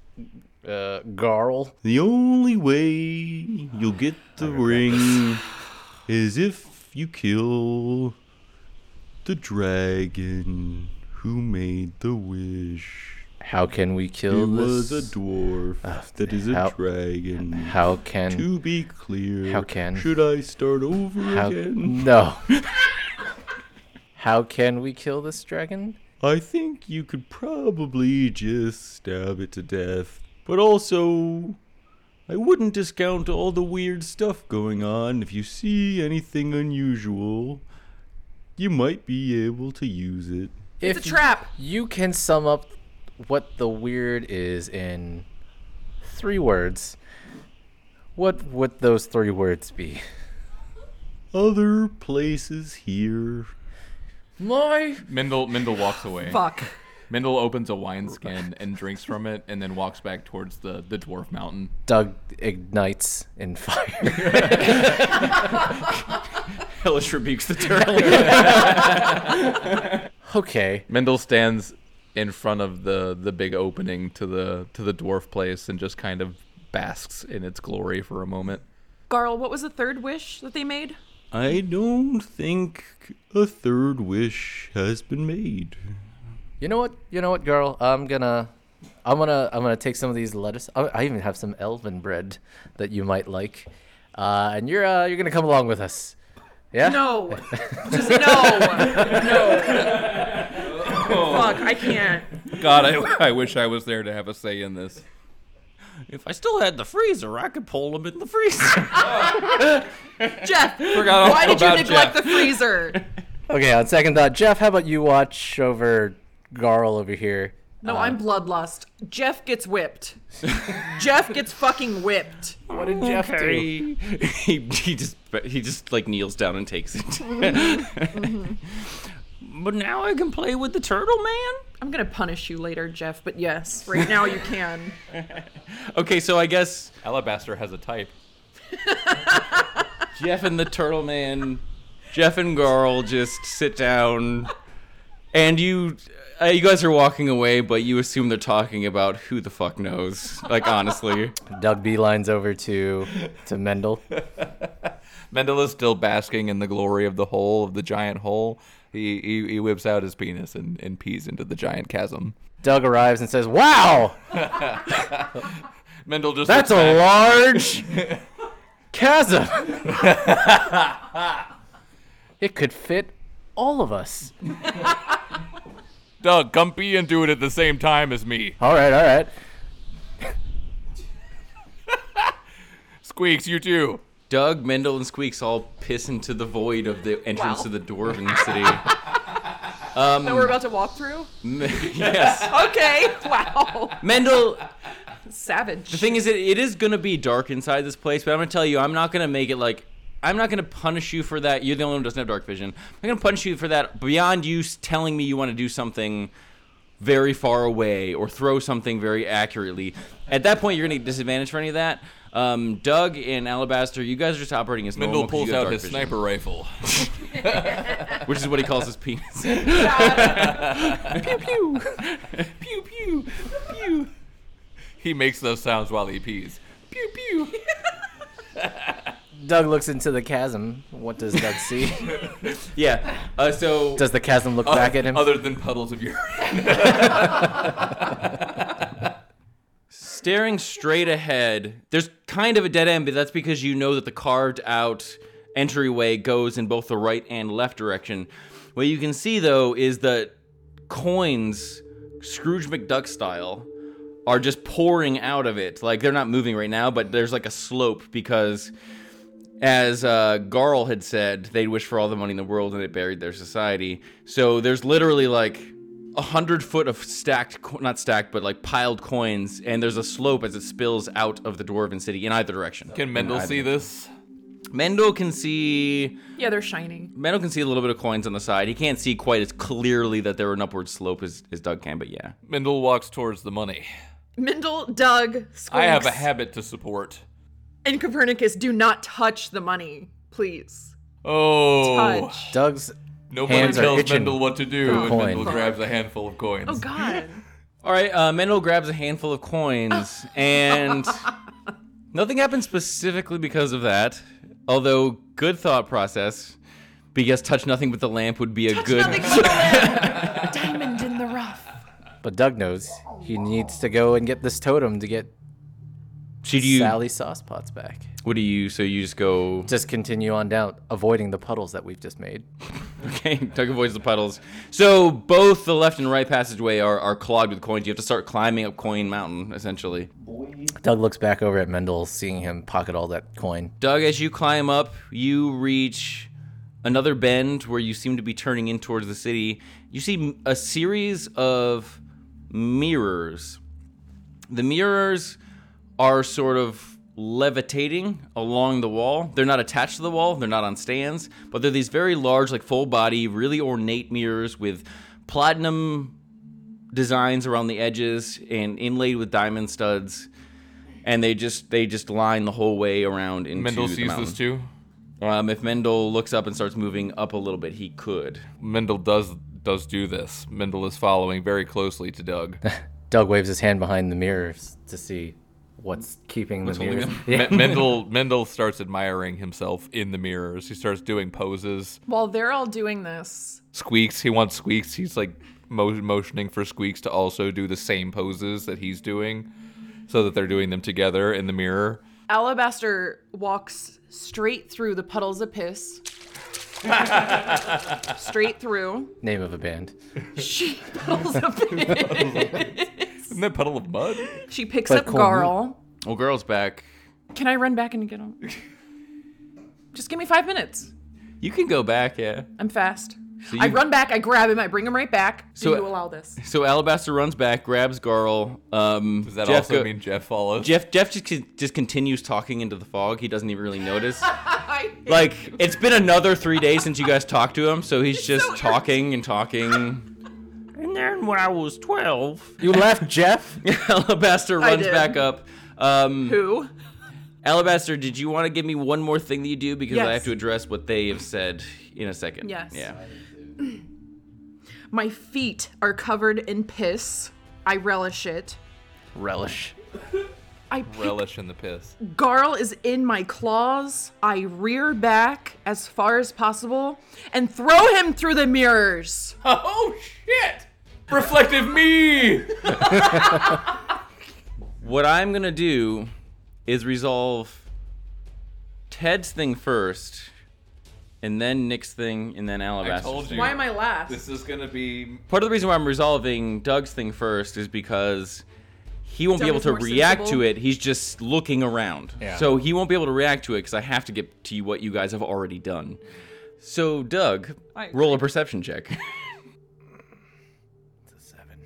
[SPEAKER 4] uh, Garl?
[SPEAKER 5] The only way you'll get the ring is if you kill the dragon who made the wish.
[SPEAKER 4] How can we
[SPEAKER 5] It
[SPEAKER 4] kill
[SPEAKER 5] was a
[SPEAKER 4] this? Ah,
[SPEAKER 5] dwarf that is a
[SPEAKER 4] how-
[SPEAKER 5] dragon.
[SPEAKER 4] How can?
[SPEAKER 5] to be clear,
[SPEAKER 4] how can-
[SPEAKER 5] should I start over
[SPEAKER 4] how,
[SPEAKER 5] again?
[SPEAKER 4] No. how can we kill this dragon?
[SPEAKER 5] I think you could probably just stab it to death, but also, I wouldn't discount all the weird stuff going on. If you see anything unusual, you might be able to use it.
[SPEAKER 2] It's
[SPEAKER 4] If
[SPEAKER 2] a trap.
[SPEAKER 4] You can sum up what the weird is in three words. What would those three words be?
[SPEAKER 5] Other places here.
[SPEAKER 2] My
[SPEAKER 3] Mendel Mendel walks away.
[SPEAKER 2] fuck.
[SPEAKER 3] Mendel opens a wineskin and drinks from it and then walks back towards the, the dwarf mountain.
[SPEAKER 4] Doug ignites in fire.
[SPEAKER 1] Hellish rebukes the turtle.
[SPEAKER 4] okay.
[SPEAKER 3] Mendel stands in front of the, the big opening to the to the dwarf place and just kind of basks in its glory for a moment.
[SPEAKER 2] Garl, what was the third wish that they made?
[SPEAKER 5] I don't think a third wish has been made.
[SPEAKER 4] You know what? You know what, girl? I'm gonna, I'm gonna, I'm gonna take some of these lettuce. I, I even have some elven bread that you might like, uh, and you're uh, you're gonna come along with us. Yeah.
[SPEAKER 2] No. Just no. No. Fuck, I can't.
[SPEAKER 3] God, I, I wish I was there to have a say in this.
[SPEAKER 1] if I still had the freezer, I could pull him in the freezer.
[SPEAKER 2] Jeff,
[SPEAKER 3] Forgot all
[SPEAKER 2] why did you
[SPEAKER 3] about
[SPEAKER 2] neglect
[SPEAKER 3] Jeff.
[SPEAKER 2] the freezer?
[SPEAKER 4] Okay. On second thought, Jeff, how about you watch over Garl over here?
[SPEAKER 2] No, Oh, I'm bloodlust. Jeff gets whipped. Jeff gets fucking whipped.
[SPEAKER 4] What did Jeff do?
[SPEAKER 1] he, he he just he just like kneels down and takes it. But now I can play with the turtle man.
[SPEAKER 2] I'm gonna punish you later, Jeff, but yes, right now you can.
[SPEAKER 1] Okay, so I guess
[SPEAKER 3] Alabaster has a type.
[SPEAKER 1] Jeff and the Turtle Man, Jeff and Garl just sit down, and you, uh, you guys are walking away, but you assume they're talking about who the fuck knows. Like honestly,
[SPEAKER 4] Doug beelines over to to Mendel.
[SPEAKER 3] Mendel is still basking in the glory of the hole of the giant hole. He he, he whips out his penis and, and pees into the giant chasm.
[SPEAKER 4] Doug arrives and says, "Wow,
[SPEAKER 3] Mendel just
[SPEAKER 4] that's a large chasm. it could fit all of us."
[SPEAKER 3] Doug, come pee and do it at the same time as me.
[SPEAKER 4] All right, all right.
[SPEAKER 3] Squeaks, you too.
[SPEAKER 1] Doug, Mendel, and Squeaks all piss into the void of the entrance
[SPEAKER 2] Wow.
[SPEAKER 1] to the Dwarven City.
[SPEAKER 2] That we're about to walk through?
[SPEAKER 1] yes,
[SPEAKER 2] Okay, wow.
[SPEAKER 1] Mendel.
[SPEAKER 2] Savage.
[SPEAKER 1] The thing is, it, it is gonna be dark inside this place, but I'm gonna tell you, I'm not gonna make it like. I'm not gonna punish you for that. You're the only one who doesn't have dark vision. I'm gonna punish you for that beyond you s- telling me you want to do something very far away or throw something very accurately. At that point, you're gonna get disadvantage for any of that. Um, Doug and Alabaster, you guys are just operating as normal
[SPEAKER 3] Mendel
[SPEAKER 1] 'cause
[SPEAKER 3] pulls
[SPEAKER 1] you have
[SPEAKER 3] out
[SPEAKER 1] dark
[SPEAKER 3] his
[SPEAKER 1] vision,
[SPEAKER 3] sniper rifle.
[SPEAKER 1] which is what he calls his penis.
[SPEAKER 3] pew pew pew. He makes those sounds while he pees. Pew pew.
[SPEAKER 4] Doug looks into the chasm. What does Doug see?
[SPEAKER 1] yeah. Uh, so
[SPEAKER 4] does the chasm look back at him?
[SPEAKER 3] Uh, Other than puddles of urine.
[SPEAKER 1] staring straight ahead there's kind of a dead end but that's because you know that the carved out entryway goes in both the right and left direction what you can see though is that coins scrooge mcduck style are just pouring out of it like they're not moving right now but there's like a slope because as uh, Garl had said, they'd wish for all the money in the world and it buried their society. So there's literally like a hundred foot of stacked, co- not stacked, but like piled coins, and there's a slope as it spills out of the dwarven city in either direction.
[SPEAKER 3] Can Mendel see this?
[SPEAKER 1] Mendel can see.
[SPEAKER 2] yeah, they're shiny.
[SPEAKER 1] Mendel can see a little bit of coins on the side. He can't see quite as clearly that they're an upward slope as, as Doug can, but yeah.
[SPEAKER 3] Mendel walks towards the money.
[SPEAKER 2] Mindel, Doug, Squinks,
[SPEAKER 3] I have a habit to support.
[SPEAKER 2] and Copernicus do not touch the money, please.
[SPEAKER 3] Oh,
[SPEAKER 2] Touch.
[SPEAKER 4] Doug's
[SPEAKER 3] nobody
[SPEAKER 4] Hands are
[SPEAKER 3] tells
[SPEAKER 4] itching
[SPEAKER 3] Mendel what to do,
[SPEAKER 4] for
[SPEAKER 3] and
[SPEAKER 4] coins.
[SPEAKER 3] Mendel grabs a handful of coins.
[SPEAKER 2] Oh God.
[SPEAKER 1] All right, uh, Mendel grabs a handful of coins, and nothing happens specifically because of that. Although, good thought process, because touch nothing but the lamp would be a good.
[SPEAKER 2] Nothing but the lamp. Diamond in the rough.
[SPEAKER 4] but Doug knows he needs to go and get this totem to get
[SPEAKER 1] Should you?
[SPEAKER 4] Sally Saucepots back.
[SPEAKER 1] What do you? So you just go.
[SPEAKER 4] Just continue on down, avoiding the puddles that we've just made.
[SPEAKER 1] Okay, Doug avoids the puddles. So both the left and right passageway are, are clogged with coins. You have to start climbing up Coin Mountain, essentially.
[SPEAKER 4] Doug looks back over at Mendel, seeing him pocket all that coin.
[SPEAKER 1] Doug, as you climb up, you reach another bend where you seem to be turning in towards the city. You see m- a series of mirrors. The mirrors are sort of levitating along the wall. They're not attached to the wall, they're not on stands, but they're these very large, like full body, really ornate mirrors with platinum designs around the edges and inlaid with diamond studs. And they just they just line the whole way around into
[SPEAKER 3] Mendel
[SPEAKER 1] the
[SPEAKER 3] sees
[SPEAKER 1] mountain.
[SPEAKER 3] this too.
[SPEAKER 1] Um, if Mendel looks up and starts moving up a little bit, he could.
[SPEAKER 3] Mendel does does do this. Mendel is following very closely to Doug.
[SPEAKER 4] Doug waves his hand behind the mirrors to see what's keeping the
[SPEAKER 3] holding
[SPEAKER 4] mirrors.
[SPEAKER 3] them.
[SPEAKER 4] Yeah.
[SPEAKER 3] Me- Mendel Mendel starts admiring himself in the mirrors. He starts doing poses.
[SPEAKER 2] While they're all doing this,
[SPEAKER 3] Squeaks. He wants Squeaks. He's like mo- motioning for Squeaks to also do the same poses that he's doing, so that they're doing them together in the mirror.
[SPEAKER 2] Alabaster walks straight through the puddles of piss. straight through.
[SPEAKER 4] Name of a band.
[SPEAKER 2] She puddles of piss.
[SPEAKER 3] Isn't that puddle of mud?
[SPEAKER 2] She picks
[SPEAKER 4] But
[SPEAKER 2] up
[SPEAKER 4] cool.
[SPEAKER 2] Garl.
[SPEAKER 1] Well, girl's back.
[SPEAKER 2] Can I run back and get him? Just give me five minutes.
[SPEAKER 1] You can go back, yeah.
[SPEAKER 2] I'm fast.
[SPEAKER 1] you-
[SPEAKER 2] I run back, I grab him, I bring him right back.
[SPEAKER 1] So-
[SPEAKER 2] Do you allow this?
[SPEAKER 1] So Alabaster runs back, grabs Garl. Um,
[SPEAKER 3] Does that
[SPEAKER 1] Jeff
[SPEAKER 3] also
[SPEAKER 1] go-
[SPEAKER 3] mean Jeff follows?
[SPEAKER 1] Jeff? Jeff just con- just continues talking into the fog. He doesn't even really notice.
[SPEAKER 2] I
[SPEAKER 1] like it's been another three days since you guys talked to him, so he's just
[SPEAKER 2] so
[SPEAKER 1] talking and talking.
[SPEAKER 6] And then when I was 12,
[SPEAKER 4] You left, Jeff.
[SPEAKER 1] Alabaster runs
[SPEAKER 2] did.
[SPEAKER 1] back up. Um,
[SPEAKER 2] who?
[SPEAKER 1] Alabaster, did you want to give me one more thing that you do because I
[SPEAKER 2] Yes.
[SPEAKER 1] have to address what they have said in a second.
[SPEAKER 2] Yes.
[SPEAKER 1] Yeah.
[SPEAKER 2] My feet are covered in piss. I relish it.
[SPEAKER 4] Relish.
[SPEAKER 2] I pick
[SPEAKER 3] Relish in the piss.
[SPEAKER 2] Garl is in my claws. I rear back as far as possible and throw him through the mirrors.
[SPEAKER 3] Oh shit! Reflective me.
[SPEAKER 1] What I'm gonna do is resolve Ted's thing first, and then Nick's thing, and then Alabaster's.
[SPEAKER 3] I told
[SPEAKER 1] thing.
[SPEAKER 3] you.
[SPEAKER 2] Why am I last?
[SPEAKER 3] This is gonna be
[SPEAKER 1] Part of the reason why I'm resolving Doug's thing first is because he won't
[SPEAKER 2] Doug
[SPEAKER 1] be able
[SPEAKER 2] is
[SPEAKER 1] to
[SPEAKER 2] more
[SPEAKER 1] react
[SPEAKER 2] sensible.
[SPEAKER 1] to it. He's just looking around,
[SPEAKER 4] Yeah.
[SPEAKER 1] so he won't be able to react to it because I have to get to you what you guys have already done. So, Doug, roll a perception check.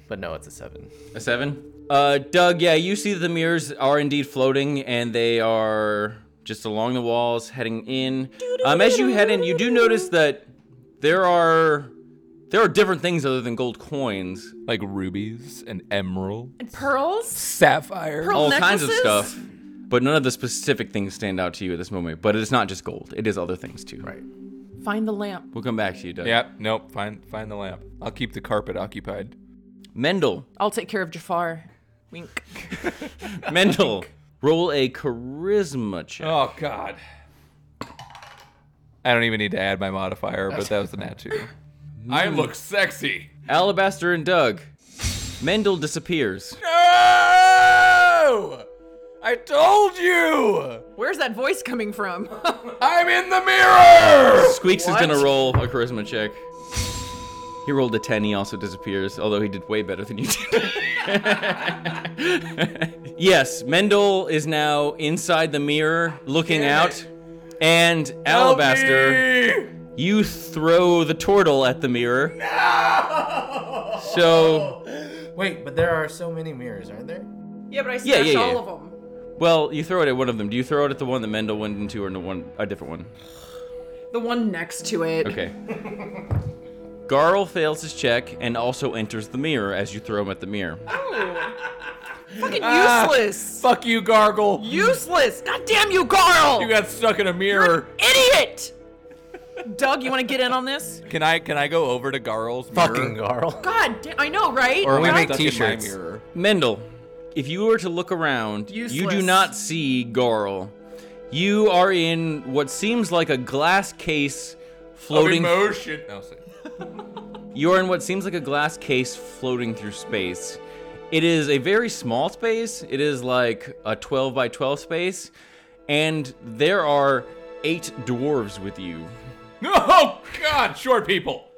[SPEAKER 4] But no, it's a seven.
[SPEAKER 1] A seven. Uh, Doug, yeah, you see that the mirrors are indeed floating, and they are just along the walls, heading in. Um, as you head in, you do notice that there are there are different things other than gold coins,
[SPEAKER 3] like rubies and emerald,
[SPEAKER 2] And pearls?
[SPEAKER 3] sapphire.
[SPEAKER 2] Pearl
[SPEAKER 1] all kinds
[SPEAKER 2] necklaces?
[SPEAKER 1] of stuff. But none of the specific things stand out to you at this moment. But it's not just gold; it is other things too. Right.
[SPEAKER 2] Find the lamp.
[SPEAKER 1] We'll come back to you, Doug.
[SPEAKER 3] Yep. Nope. Find find the lamp. I'll keep the carpet occupied.
[SPEAKER 1] Mendel,
[SPEAKER 2] I'll take care of Jafar. Wink.
[SPEAKER 1] Mendel, roll a charisma check.
[SPEAKER 3] Oh God. I don't even need to add my modifier, but that was the nat two. I look sexy.
[SPEAKER 1] Alabaster and Doug. Mendel disappears.
[SPEAKER 3] No! I told you!
[SPEAKER 2] Where's that voice coming from?
[SPEAKER 3] I'm in the mirror!
[SPEAKER 1] Squeaks is gonna roll a charisma check. He rolled a 10, he also disappears, although he did way better than you did. yes, Mendel is now inside the mirror looking out. And Alabaster, you throw the turtle at the mirror. No! So,
[SPEAKER 4] Wait, but there are so many mirrors, aren't there?
[SPEAKER 2] yeah, but I
[SPEAKER 1] Yeah,
[SPEAKER 2] smashed
[SPEAKER 1] yeah, yeah.
[SPEAKER 2] all of them.
[SPEAKER 1] well, you throw it at one of them. Do you throw it at the one that Mendel went into or no one, a different one?
[SPEAKER 2] The one next to it.
[SPEAKER 1] Okay. Garl fails his check and also enters the mirror as you throw him at the mirror.
[SPEAKER 2] Fucking useless.
[SPEAKER 3] Fuck you, Gargle. You
[SPEAKER 2] Useless. God damn you, Garl.
[SPEAKER 3] got stuck in a mirror.
[SPEAKER 2] Idiot. Doug, you want to get in on this?
[SPEAKER 3] Can I can I go over to Garl's
[SPEAKER 4] Fucking
[SPEAKER 3] mirror?
[SPEAKER 4] Garl.
[SPEAKER 2] God, damn, I know, right?
[SPEAKER 4] Or we
[SPEAKER 2] Right?
[SPEAKER 4] make
[SPEAKER 3] Stuck in my
[SPEAKER 4] t-shirts.
[SPEAKER 3] mirror.
[SPEAKER 1] Mendel, if you were to look around, you do
[SPEAKER 2] Useless.
[SPEAKER 1] not see Garl. You are in what seems like a glass case
[SPEAKER 3] Of
[SPEAKER 1] floating.
[SPEAKER 3] emotion. No, sorry.
[SPEAKER 1] You are in what seems like a glass case floating through space. It is a very small space. It is like a 12 by 12 space. And there are eight dwarves with you.
[SPEAKER 3] Oh God, short people.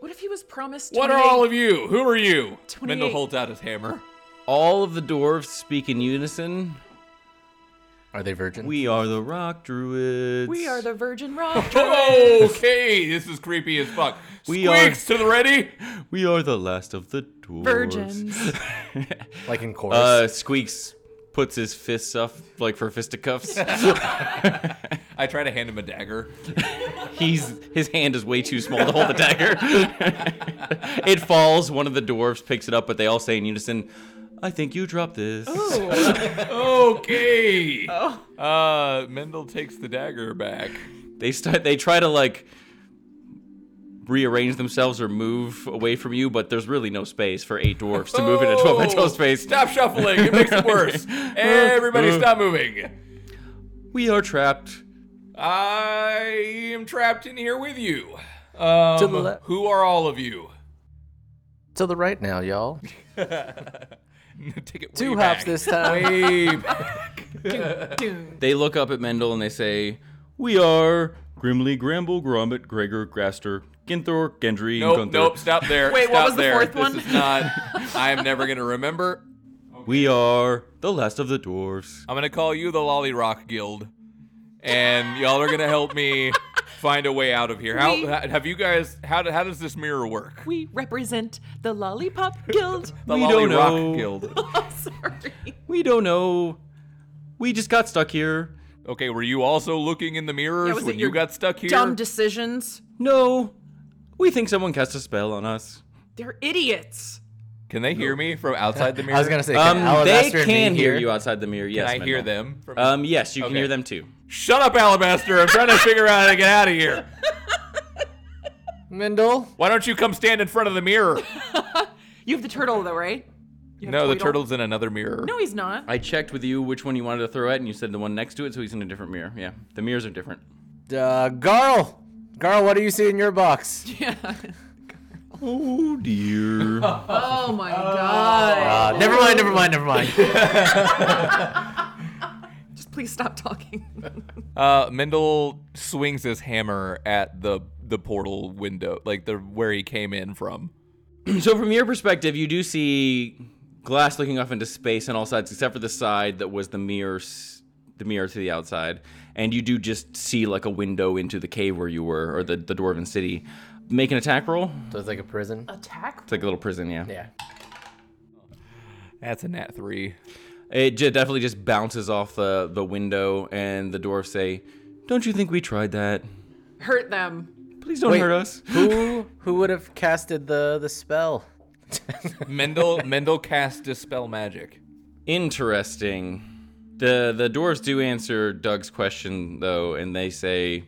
[SPEAKER 2] What if he was promised?
[SPEAKER 3] What are
[SPEAKER 2] 28
[SPEAKER 3] all of you? Who are you?
[SPEAKER 2] 28.
[SPEAKER 3] Mendel holds out his hammer.
[SPEAKER 1] All of the dwarves speak in unison.
[SPEAKER 4] Are they virgin?
[SPEAKER 1] We are the rock druids.
[SPEAKER 2] We are the Virgin Rock.
[SPEAKER 3] Okay, this is creepy as fuck.
[SPEAKER 1] We are-
[SPEAKER 3] Squeaks to the ready.
[SPEAKER 1] we are the last of the dwarves.
[SPEAKER 2] Virgins.
[SPEAKER 4] Like in chorus.
[SPEAKER 1] Uh, Squeaks puts his fists up like for fisticuffs.
[SPEAKER 3] I try to hand him a dagger.
[SPEAKER 1] He's his hand is way too small to hold the dagger. it falls. One of the dwarves picks it up, but they all say in unison, "I think you dropped this."
[SPEAKER 3] Okay.
[SPEAKER 1] Oh.
[SPEAKER 3] Uh, Mendel takes the dagger back.
[SPEAKER 1] They start. They try to like rearrange themselves or move away from you, but there's really no space for eight dwarves to move in a 12 by
[SPEAKER 3] Oh.
[SPEAKER 1] 12 space. Uh,
[SPEAKER 3] Stop shuffling. It makes it worse. Everybody, stop moving.
[SPEAKER 1] We are trapped.
[SPEAKER 3] I am trapped in here with you. Um,
[SPEAKER 4] To the left.
[SPEAKER 3] Who are all of you?
[SPEAKER 4] To the right now, y'all.
[SPEAKER 3] Take it
[SPEAKER 4] Two
[SPEAKER 3] way
[SPEAKER 4] hops
[SPEAKER 3] back.
[SPEAKER 4] this time.
[SPEAKER 3] Way back.
[SPEAKER 1] They look up at Mendel and they say, "We are Grimly, Gramble, Grommet, Gregor, Graster, Ginthor, Gendry,
[SPEAKER 3] Nope,
[SPEAKER 1] and Gunther.
[SPEAKER 3] nope, stop there.
[SPEAKER 2] Wait, what
[SPEAKER 3] stop
[SPEAKER 2] was the
[SPEAKER 3] there.
[SPEAKER 2] fourth
[SPEAKER 3] this
[SPEAKER 2] one?
[SPEAKER 3] Is not, I am never going to remember.
[SPEAKER 1] We are the last of the dwarves."
[SPEAKER 3] I'm going to call you the Lolly Rock Guild, and y'all are going to help me find a way out of here. How,
[SPEAKER 2] We-
[SPEAKER 3] have you guys, how, do- how does this mirror work?
[SPEAKER 2] We represent the Lollipop Guild.
[SPEAKER 3] The
[SPEAKER 1] We
[SPEAKER 3] Lolly
[SPEAKER 1] don't
[SPEAKER 3] Rock
[SPEAKER 1] know.
[SPEAKER 3] Guild.
[SPEAKER 2] oh, sorry.
[SPEAKER 1] We don't know. We just got stuck here.
[SPEAKER 3] Okay, were you also looking in the mirrors
[SPEAKER 2] Yeah, was it
[SPEAKER 3] when you
[SPEAKER 2] your
[SPEAKER 3] got stuck here?
[SPEAKER 2] Dumb decisions.
[SPEAKER 1] No, we think someone cast a spell on us.
[SPEAKER 2] They're idiots.
[SPEAKER 3] Can they hear me from outside the mirror?
[SPEAKER 4] I was gonna say, can
[SPEAKER 1] Um, they
[SPEAKER 4] Alabaster be
[SPEAKER 1] can hear
[SPEAKER 4] here?
[SPEAKER 1] you outside the mirror.
[SPEAKER 3] Can
[SPEAKER 1] Yes,
[SPEAKER 3] I hear
[SPEAKER 1] Mendel.
[SPEAKER 3] them? From
[SPEAKER 1] Um, yes, you can
[SPEAKER 3] Okay.
[SPEAKER 1] hear them too.
[SPEAKER 3] Shut up, Alabaster. I'm trying to figure out how to get out of here.
[SPEAKER 4] Mendel.
[SPEAKER 3] Why don't you come stand in front of the mirror?
[SPEAKER 2] You have the turtle though, right? You have
[SPEAKER 3] No, the
[SPEAKER 2] Tweedle.
[SPEAKER 3] turtle's in another mirror.
[SPEAKER 2] No, he's not.
[SPEAKER 1] I checked with you which one you wanted to throw at, and you said the one next to it, so he's in a different mirror. Yeah, the mirrors are different.
[SPEAKER 4] Uh, Garl. Garl, what do you see in your box?
[SPEAKER 2] Yeah.
[SPEAKER 5] Oh dear.
[SPEAKER 2] Oh my god.
[SPEAKER 4] Uh, never mind, never mind, never mind.
[SPEAKER 2] Just please stop talking.
[SPEAKER 3] Uh, Mendel swings his hammer at the the portal window, like the where he came in from.
[SPEAKER 1] So, from your perspective, you do see glass looking off into space on all sides, except for the side that was the mirror, s- the mirror to the outside, and you do just see like a window into the cave where you were, or the the dwarven city. Make an attack roll.
[SPEAKER 4] so it's like a prison.
[SPEAKER 2] Attack.
[SPEAKER 1] It's like a little prison, yeah.
[SPEAKER 4] Yeah.
[SPEAKER 3] That's a nat three.
[SPEAKER 1] It j- definitely just bounces off the the window, and the dwarves say, "Don't you think we tried that?
[SPEAKER 2] Hurt them.
[SPEAKER 1] Please don't
[SPEAKER 4] Wait.
[SPEAKER 1] hurt us."
[SPEAKER 4] Who who would have casted the the spell?
[SPEAKER 3] Mendel Mendel casts dispel magic.
[SPEAKER 1] Interesting. The the dwarves do answer Doug's question though, and they say,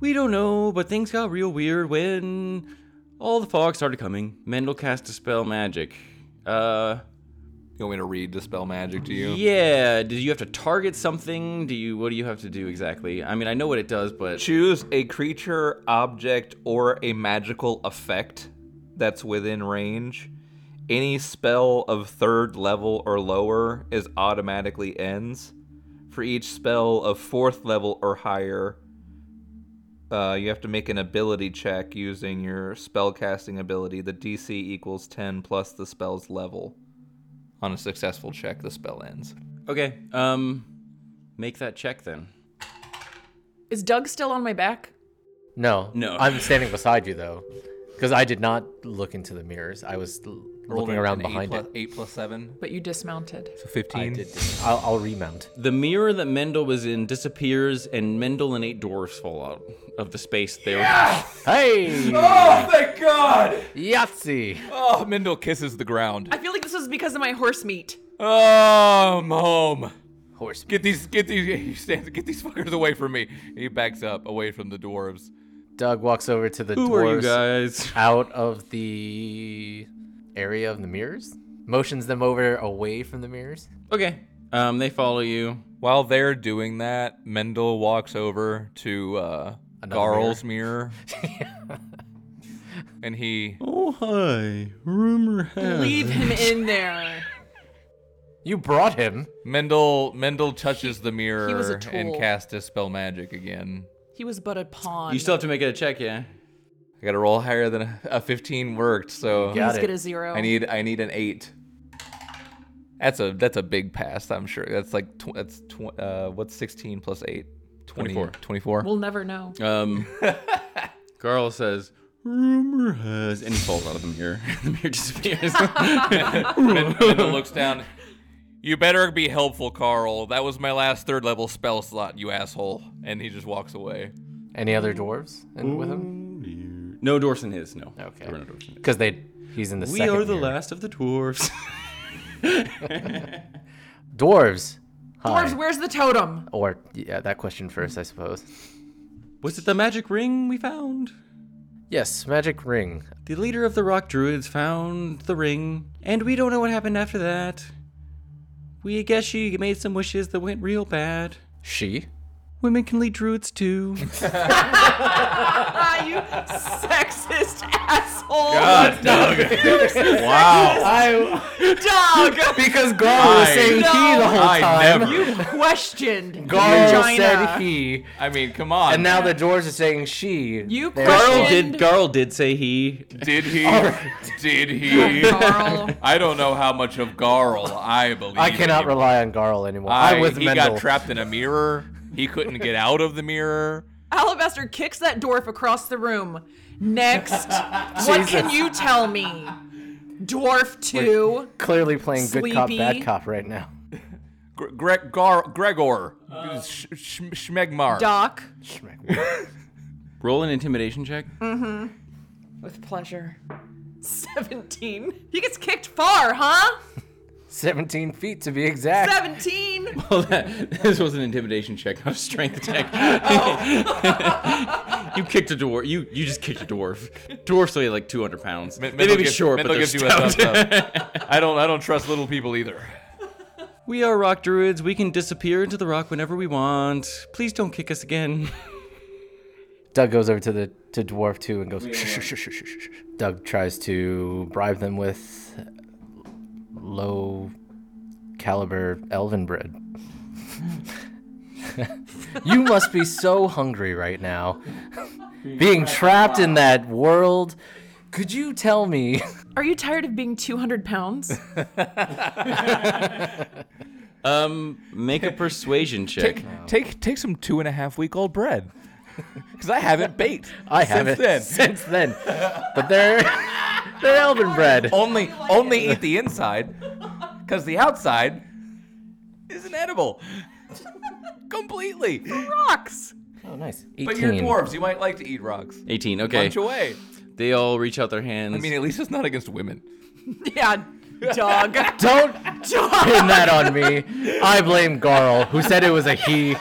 [SPEAKER 1] "We don't know, but things got real weird when all the fog started coming. Mendel cast a spell magic. Uh,
[SPEAKER 3] You want me to read dispel magic to you?
[SPEAKER 1] yeah. Do you have to target something? Do you? What do you have to do exactly? I mean, I know what it does, but
[SPEAKER 7] Choose a creature, object, or a magical effect that's within range. Any spell of third level or lower is automatically ends. For each spell of fourth level or higher, uh, you have to make an ability check using your spellcasting ability. The DC equals 10 plus the spell's level.
[SPEAKER 3] On a successful check, the spell ends.
[SPEAKER 1] okay. Um, make that check then.
[SPEAKER 2] Is Doug still on my back?
[SPEAKER 4] No.
[SPEAKER 1] No.
[SPEAKER 4] I'm standing beside you though, because I did not look into the mirrors. I was l-
[SPEAKER 3] Rolled
[SPEAKER 4] looking
[SPEAKER 3] an
[SPEAKER 4] around
[SPEAKER 3] eight
[SPEAKER 4] behind
[SPEAKER 3] plus-
[SPEAKER 4] it.
[SPEAKER 3] Eight plus seven.
[SPEAKER 2] But you dismounted.
[SPEAKER 3] So
[SPEAKER 4] I
[SPEAKER 3] fifteen.
[SPEAKER 4] did. I'll, I'll remount.
[SPEAKER 1] The mirror that Mendel was in disappears, and Mendel and eight dwarves fall out of the space they were.
[SPEAKER 4] Hey,
[SPEAKER 3] Oh thank God!
[SPEAKER 4] Yahtzee.
[SPEAKER 3] Oh, Mendel kisses the ground.
[SPEAKER 2] I feel like this was because of my horse meat.
[SPEAKER 3] Oh, I'm home.
[SPEAKER 4] Horse.
[SPEAKER 3] Get these, get these, he stands, get these fuckers away from me. He backs up, away from the dwarves.
[SPEAKER 4] Doug walks over to the
[SPEAKER 1] Who are you
[SPEAKER 4] dwarves
[SPEAKER 1] guys?
[SPEAKER 4] out of the area of the mirrors. Motions them over away from the mirrors.
[SPEAKER 1] Okay. Um, they follow you.
[SPEAKER 3] While they're doing that, Mendel walks over to uh,
[SPEAKER 4] Another
[SPEAKER 3] Garl's mirror, and he
[SPEAKER 5] oh hi. Rumor has
[SPEAKER 2] Leave him in there.
[SPEAKER 4] You brought him.
[SPEAKER 3] Mendel Mendel touches the mirror
[SPEAKER 2] was a
[SPEAKER 3] and
[SPEAKER 2] tool.
[SPEAKER 3] casts dispel magic again.
[SPEAKER 2] He was but a pawn.
[SPEAKER 1] You still have to make it a check, yeah.
[SPEAKER 3] I got to roll higher than a, a 15 worked, so
[SPEAKER 4] Got
[SPEAKER 2] Please
[SPEAKER 4] it.
[SPEAKER 2] get a zero.
[SPEAKER 3] I need I need an eight. That's a that's a big pass. I'm sure that's like tw- that's tw- uh, what's 16 plus eight. 20,
[SPEAKER 1] 24.
[SPEAKER 3] 24.
[SPEAKER 2] we'll never know.
[SPEAKER 1] Um, Garl says,
[SPEAKER 5] rumor has
[SPEAKER 1] and he falls out of the mirror. the mirror disappears.
[SPEAKER 3] Mendel looks down. You better be helpful, Carl. That was my last third level spell slot, you asshole. And he just walks away.
[SPEAKER 4] Any other dwarves in, with him?
[SPEAKER 1] No dwarfs in his. No.
[SPEAKER 4] Okay.
[SPEAKER 1] There were no dwarfs in his.
[SPEAKER 4] Because they he's in the
[SPEAKER 1] We
[SPEAKER 4] second
[SPEAKER 1] are the
[SPEAKER 4] year.
[SPEAKER 1] last of the dwarfs.
[SPEAKER 4] dwarves. Hi.
[SPEAKER 2] Dwarves, where's the totem?
[SPEAKER 4] Or yeah, that question first, I suppose.
[SPEAKER 1] was it the magic ring we found?
[SPEAKER 4] Yes, magic ring.
[SPEAKER 1] The leader of the rock druids found the ring, and we don't know what happened after that. We guess she made some wishes that went real bad.
[SPEAKER 4] She.
[SPEAKER 1] Women can lead druids too.
[SPEAKER 2] Ah, you sexist asshole.
[SPEAKER 3] God, Doug. wow.
[SPEAKER 2] Dog.
[SPEAKER 4] Because Garl was
[SPEAKER 3] I-
[SPEAKER 4] saying he the whole
[SPEAKER 3] I
[SPEAKER 4] time.
[SPEAKER 3] never-
[SPEAKER 2] You questioned
[SPEAKER 4] Garl
[SPEAKER 2] vagina.
[SPEAKER 4] said he,
[SPEAKER 3] I mean, come on.
[SPEAKER 4] and now the dwarves are saying she.
[SPEAKER 2] You
[SPEAKER 4] They're-
[SPEAKER 1] Garl
[SPEAKER 2] questioned.
[SPEAKER 1] did. Garl did say he.
[SPEAKER 3] did he?
[SPEAKER 4] Oh.
[SPEAKER 3] Did he?
[SPEAKER 2] Carl.
[SPEAKER 3] I don't know how much of Garl I believe.
[SPEAKER 4] I cannot
[SPEAKER 3] in.
[SPEAKER 4] rely on Garl anymore.
[SPEAKER 3] I,
[SPEAKER 4] I'm with
[SPEAKER 3] he
[SPEAKER 4] Mendel.
[SPEAKER 3] got trapped in a mirror. He couldn't get out of the mirror.
[SPEAKER 2] Alabaster kicks that dwarf across the room. Next, what can you tell me? Dwarf two.
[SPEAKER 4] Clearly playing good cop,
[SPEAKER 2] Sleepy.
[SPEAKER 4] bad cop right now.
[SPEAKER 3] Gre- Greg Gar- Gregor Sh- Sh- Schmegmar.
[SPEAKER 2] Doc.
[SPEAKER 1] Roll an intimidation check.
[SPEAKER 2] With pleasure. 17. He gets kicked far, huh?
[SPEAKER 4] 17 feet to be exact.
[SPEAKER 2] 17.
[SPEAKER 1] Well, that, this was an intimidation check, not a strength check. you kicked a dwarf. You you just kicked a dwarf. Dwarfs weigh like 200 pounds.
[SPEAKER 3] M-
[SPEAKER 1] they
[SPEAKER 3] Mendel
[SPEAKER 1] may be
[SPEAKER 3] gives-
[SPEAKER 1] short,
[SPEAKER 3] Mendel
[SPEAKER 1] but they're
[SPEAKER 3] gives you a thumbs
[SPEAKER 1] stout.
[SPEAKER 3] up. I don't. I don't trust little people either.
[SPEAKER 1] We are rock druids. We can disappear into the rock whenever we want. Please don't kick us again.
[SPEAKER 4] Doug goes over to the to dwarf two and goes. "Shh, shh, shh, shh, shh, shh." Doug tries to bribe them with low caliber elven bread. you must be so hungry right now, being trapped in that world. Could you tell me?
[SPEAKER 2] Are you tired of being 200 pounds?
[SPEAKER 1] Um, make a persuasion check.
[SPEAKER 3] Take take some two and a half week old bread, because I haven't baked.
[SPEAKER 4] I haven't since then, but they're they're elven bread.
[SPEAKER 3] only only eat the inside, because the outside isn't edible. Completely. Rocks.
[SPEAKER 4] Oh, nice. 18.
[SPEAKER 3] But you're dwarves. You might like to eat rocks.
[SPEAKER 1] 18. Okay.
[SPEAKER 3] Punch away.
[SPEAKER 1] They all reach out their hands.
[SPEAKER 3] I mean, at least it's not against women.
[SPEAKER 2] yeah, dog.
[SPEAKER 4] Don't pin that on me. I blame Garl, who said it was a he.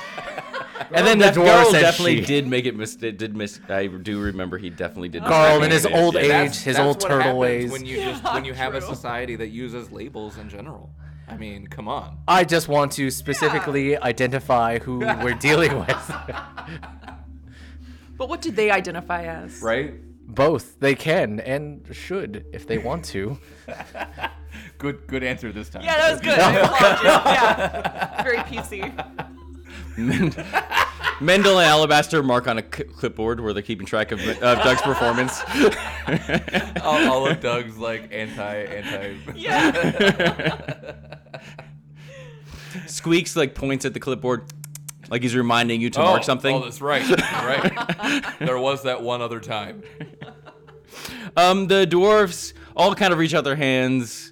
[SPEAKER 4] And then the
[SPEAKER 1] Def-
[SPEAKER 4] dwarf
[SPEAKER 1] Garl
[SPEAKER 4] said
[SPEAKER 1] definitely
[SPEAKER 4] she.
[SPEAKER 1] did make it. Mis- did, did miss? I do remember he definitely did.
[SPEAKER 4] Garl in
[SPEAKER 1] make
[SPEAKER 4] his
[SPEAKER 1] it.
[SPEAKER 4] old
[SPEAKER 1] Yeah.
[SPEAKER 4] age,
[SPEAKER 3] That's-
[SPEAKER 4] his
[SPEAKER 3] that's
[SPEAKER 4] old
[SPEAKER 3] what
[SPEAKER 4] turtle
[SPEAKER 3] happens
[SPEAKER 4] ways.
[SPEAKER 3] When you just when you have a
[SPEAKER 2] true.
[SPEAKER 3] society that uses labels in general, I mean, come on.
[SPEAKER 4] I just want to specifically identify who we're dealing with.
[SPEAKER 2] But what did they identify as?
[SPEAKER 3] Right?
[SPEAKER 4] Both they can and should if they want to.
[SPEAKER 3] Good good answer this time.
[SPEAKER 2] Yeah, that was good. I apologize. yeah. Very PC.
[SPEAKER 1] Mendel and Alabaster mark on a c- clipboard where they're keeping track of uh, Doug's performance.
[SPEAKER 3] all, all of Doug's like anti anti.
[SPEAKER 2] Yeah.
[SPEAKER 1] Squeaks like points at the clipboard, like he's reminding you to
[SPEAKER 3] Oh,
[SPEAKER 1] mark something.
[SPEAKER 3] Oh, that's right. That's right. there was that one other time.
[SPEAKER 1] Um, the dwarfs all kind of reach out their hands.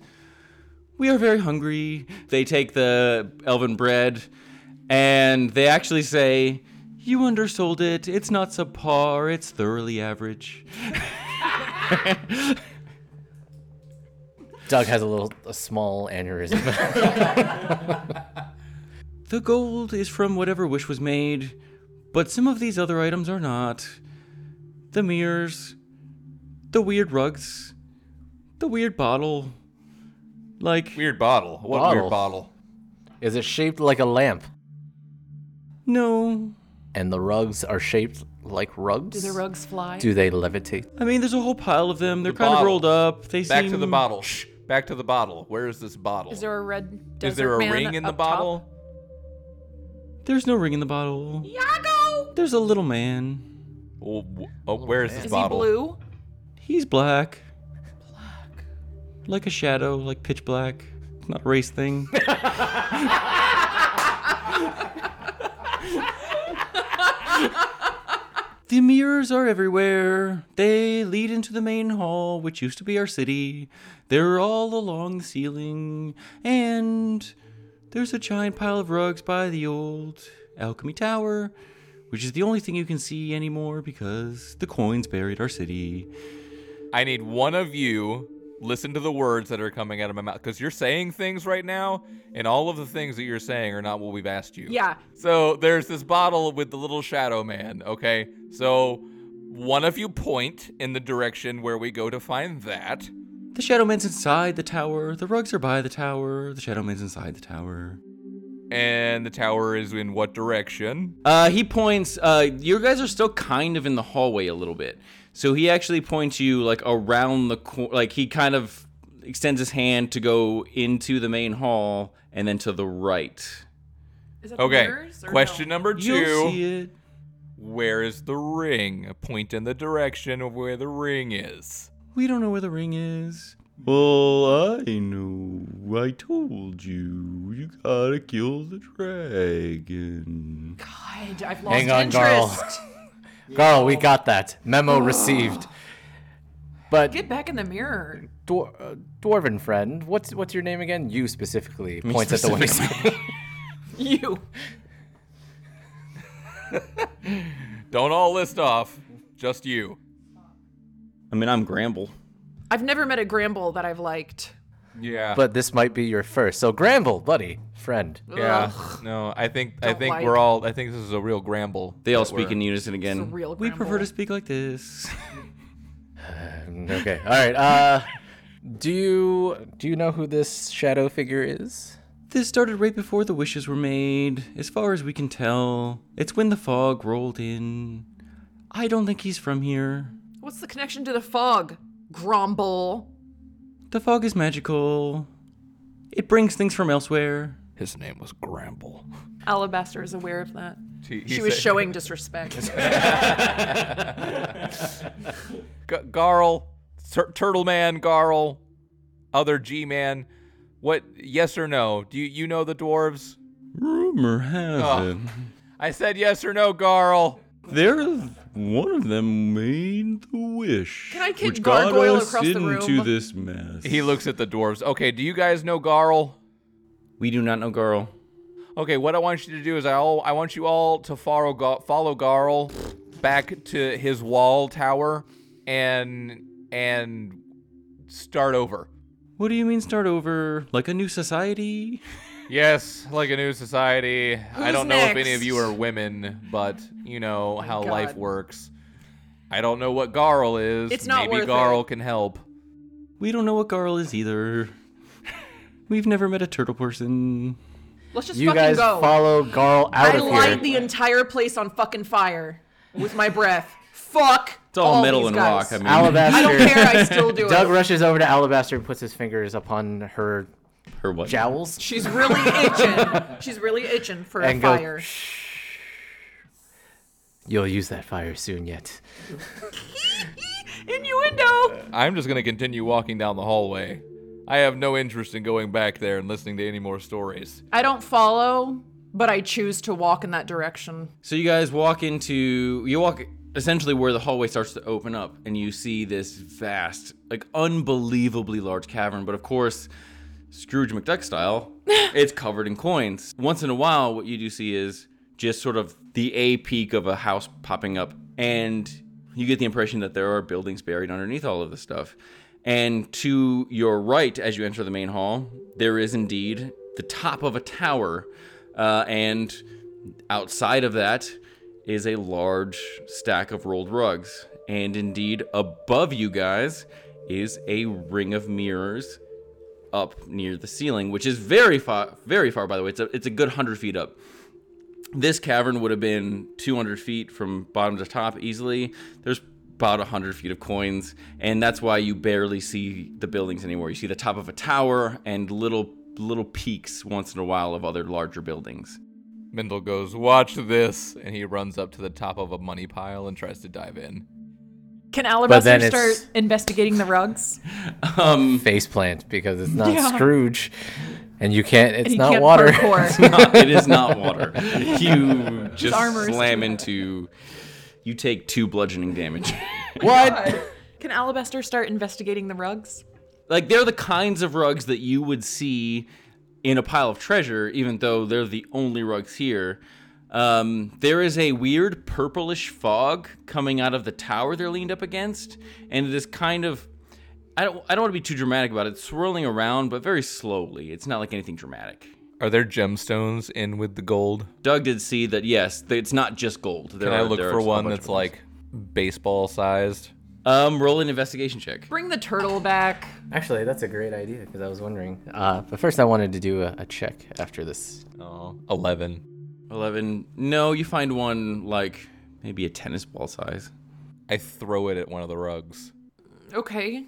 [SPEAKER 1] We are very hungry. They take the elven bread and they actually say, You undersold it. It's not subpar, it's thoroughly average.
[SPEAKER 4] Doug has a little, a small aneurysm.
[SPEAKER 1] The gold is from whatever wish was made, but some of these other items are not. The mirrors, the weird rugs, the weird bottle. Like,
[SPEAKER 3] Weird bottle. What
[SPEAKER 4] Bottle.
[SPEAKER 3] weird bottle?
[SPEAKER 4] Is it shaped like a lamp?
[SPEAKER 1] no.
[SPEAKER 4] And the rugs are shaped like rugs.
[SPEAKER 2] Do the rugs fly?
[SPEAKER 4] Do they levitate?
[SPEAKER 1] I mean, there's a whole pile of them. They're kind
[SPEAKER 3] bottle.
[SPEAKER 1] of rolled up. They
[SPEAKER 3] Back
[SPEAKER 1] seem
[SPEAKER 3] to the bottle. Shh. Back to the bottle. Where is this bottle?
[SPEAKER 2] Is there a red desert
[SPEAKER 3] Is there a
[SPEAKER 2] man
[SPEAKER 3] ring in the
[SPEAKER 2] up top?
[SPEAKER 3] bottle?
[SPEAKER 1] There's no ring in the bottle.
[SPEAKER 2] Yago!
[SPEAKER 1] There's a little man.
[SPEAKER 3] Oh, wh- oh, where is this
[SPEAKER 2] Is
[SPEAKER 3] bottle?
[SPEAKER 2] he blue?
[SPEAKER 1] He's black. Black. Like a shadow, like pitch black. It's not a race thing. the mirrors are everywhere. They lead into the main hall, which used to be our city. They're all along the ceiling. And There's a giant pile of rugs by the old alchemy tower, which is the only thing you can see anymore because the coins buried our city.
[SPEAKER 3] I need one of you listen to the words that are coming out of my mouth because you're saying things right now, and all of the things that you're saying are not what we've asked you.
[SPEAKER 2] Yeah.
[SPEAKER 3] So there's this bottle with the little shadow man. Okay. So one of you point in the direction where we go to find that.
[SPEAKER 1] The Shadow Man's inside the tower. The rugs are by the tower. The Shadow Man's inside the tower.
[SPEAKER 3] And the tower is in what direction?
[SPEAKER 1] Uh, he points. Uh, you guys are still kind of in the hallway a little bit, so he actually points you like around the cor- like he kind of extends his hand to go into the main hall and then to the right.
[SPEAKER 2] Is it
[SPEAKER 3] Okay.
[SPEAKER 2] mirrors or
[SPEAKER 3] Question
[SPEAKER 2] no?
[SPEAKER 3] number
[SPEAKER 1] You'll
[SPEAKER 3] two
[SPEAKER 1] see it.
[SPEAKER 3] Where is the ring? Point in the direction of where the ring is.
[SPEAKER 1] We don't know where the ring is.
[SPEAKER 5] Well, I know. I told you. You gotta kill the dragon.
[SPEAKER 2] God, I've lost
[SPEAKER 4] Hang on, Garl.
[SPEAKER 2] interest.
[SPEAKER 4] Garl, we got that. Memo received. But
[SPEAKER 2] Get back in the mirror.
[SPEAKER 4] dwar- uh, dwarven friend, what's what's your name again? You specifically points at the one. he's-
[SPEAKER 2] You.
[SPEAKER 3] Don't all list off, just you.
[SPEAKER 1] I mean, I'm Gramble.
[SPEAKER 2] I've never met a Gramble that I've liked.
[SPEAKER 3] Yeah.
[SPEAKER 4] but this might be your first. So Gramble, buddy, friend.
[SPEAKER 3] Yeah. No, I think I
[SPEAKER 2] Don't
[SPEAKER 3] think
[SPEAKER 2] like.
[SPEAKER 3] we're all. I think this is a real gramble.
[SPEAKER 1] They all
[SPEAKER 3] that
[SPEAKER 1] speak
[SPEAKER 3] we're-
[SPEAKER 1] in unison again.
[SPEAKER 3] Mm.
[SPEAKER 2] It's a real
[SPEAKER 1] we prefer
[SPEAKER 2] Gramble.
[SPEAKER 1] to speak like this.
[SPEAKER 4] Mm, Okay. All right. Uh, do you do you know who this shadow figure is?
[SPEAKER 1] This started right before the wishes were made. As far as we can tell, it's when the fog rolled in. I don't think he's from here.
[SPEAKER 2] What's the connection to the fog? Grumble.
[SPEAKER 1] The fog is magical. It brings things from elsewhere.
[SPEAKER 3] His name was Gramble.
[SPEAKER 2] Alabaster is aware of that.
[SPEAKER 3] He, he
[SPEAKER 2] She was
[SPEAKER 3] said-
[SPEAKER 2] showing disrespect.
[SPEAKER 3] G- Garl, Tur- Turtle Man, Garl, other G Man. What? Yes or no? Do you you know the dwarves?
[SPEAKER 5] Rumor has
[SPEAKER 2] Ah.
[SPEAKER 5] it.
[SPEAKER 3] I said yes or no, Garl.
[SPEAKER 5] There, one of them made the wish.
[SPEAKER 2] Can I kick
[SPEAKER 5] which got
[SPEAKER 2] gargoyle
[SPEAKER 5] us
[SPEAKER 2] across the room?
[SPEAKER 5] into this mess.
[SPEAKER 3] He looks at the dwarves. Okay, do you guys know Garl?
[SPEAKER 1] We do not know Garl.
[SPEAKER 3] Okay, what I want you to do is I all I want you all to follow Gar- follow Garl back to his wall tower and and start over.
[SPEAKER 1] What do you mean start over? Like a new society?
[SPEAKER 3] Yes, like a new society. I
[SPEAKER 2] Who's
[SPEAKER 3] don't know if any of you
[SPEAKER 2] next? Oh
[SPEAKER 3] are women, but you know how
[SPEAKER 2] God.
[SPEAKER 3] life works. I don't know what Garl is.
[SPEAKER 2] It's not
[SPEAKER 3] Maybe
[SPEAKER 2] worth
[SPEAKER 3] Garl
[SPEAKER 2] it.
[SPEAKER 3] can help.
[SPEAKER 1] We don't know what Garl is either. We've never met a turtle person.
[SPEAKER 2] Let's just
[SPEAKER 4] You
[SPEAKER 2] fucking
[SPEAKER 4] guys
[SPEAKER 2] go.
[SPEAKER 4] follow Garl out
[SPEAKER 2] I
[SPEAKER 4] of
[SPEAKER 2] light
[SPEAKER 4] here.
[SPEAKER 2] the entire place on fucking fire with my breath. Fuck.
[SPEAKER 1] It's all, metal
[SPEAKER 2] these
[SPEAKER 1] and
[SPEAKER 2] guys.
[SPEAKER 1] rock. I mean,
[SPEAKER 4] Alabaster.
[SPEAKER 2] I don't care. I still do
[SPEAKER 4] Doug
[SPEAKER 2] it.
[SPEAKER 4] rushes over to Alabaster and puts his fingers upon her
[SPEAKER 1] her what?
[SPEAKER 4] jowls.
[SPEAKER 2] She's really itching. She's really itching for a
[SPEAKER 4] And go,
[SPEAKER 2] fire.
[SPEAKER 4] You'll use that fire soon yet.
[SPEAKER 2] Innuendo.
[SPEAKER 3] I'm just gonna continue walking down the hallway. I have no interest in going back there and listening to any more stories.
[SPEAKER 2] I don't follow, but I choose to walk in that direction.
[SPEAKER 1] So you guys walk into you walk essentially where the hallway starts to open up and you see this vast, like unbelievably large cavern, but of course, Scrooge McDuck style, it's covered in coins. Once in a while what you do see is just sort of the A peak of a house popping up and you get the impression that there are buildings buried underneath all of this stuff. And to your right, as you enter the main hall, there is indeed the top of a tower. Uh, and Outside of that is a large stack of rolled rugs. And indeed, above you guys is a ring of mirrors up near the ceiling, which is very far, very far, by the way. It's a, it's a good 100 feet up. This cavern would have been 200 feet from bottom to top easily. There's about 100 feet of coins, and that's why you barely see the buildings anywhere. You see the top of a tower and little little peaks once in a while of other larger buildings.
[SPEAKER 3] Mendel goes, "Watch this," and he runs up to the top of a money pile and tries to dive in.
[SPEAKER 2] Can
[SPEAKER 4] then
[SPEAKER 2] Alabaster
[SPEAKER 4] it's-
[SPEAKER 2] start investigating the rugs?
[SPEAKER 1] Um,
[SPEAKER 4] Faceplant because it's not
[SPEAKER 2] Yeah.
[SPEAKER 4] Scrooge, and you can't. It's
[SPEAKER 2] And he
[SPEAKER 4] not
[SPEAKER 2] can't
[SPEAKER 4] water.
[SPEAKER 2] parkour.
[SPEAKER 1] it is not water. You just
[SPEAKER 2] armor is
[SPEAKER 1] slam
[SPEAKER 2] too
[SPEAKER 1] into. You take two bludgeoning damage.
[SPEAKER 4] what?
[SPEAKER 2] Can Alabaster start investigating the rugs?
[SPEAKER 1] like they're the kinds of rugs that you would see in a pile of treasure, even though they're the only rugs here. Um, there is a weird purplish fog coming out of the tower they're leaned up against, and it is kind of. I don't, I don't want to be too dramatic about it. It's swirling around, but very slowly. It's not like anything dramatic.
[SPEAKER 3] Are there gemstones in with the gold?
[SPEAKER 1] Doug did see that, yes, th- it's not just gold. There
[SPEAKER 3] Can I
[SPEAKER 1] are-
[SPEAKER 3] look
[SPEAKER 1] there
[SPEAKER 3] for
[SPEAKER 1] are a
[SPEAKER 3] one
[SPEAKER 1] bunch of
[SPEAKER 3] that's
[SPEAKER 1] others.
[SPEAKER 3] like baseball sized?
[SPEAKER 1] Um, roll an investigation check.
[SPEAKER 2] Bring the turtle back.
[SPEAKER 4] Actually, that's a great idea because I was wondering. Uh, but first, I wanted to do a, a check after this.
[SPEAKER 3] Oh, 11.
[SPEAKER 1] 11. No, you find one like maybe a tennis ball size.
[SPEAKER 3] I throw it at one of the rugs.
[SPEAKER 2] Okay.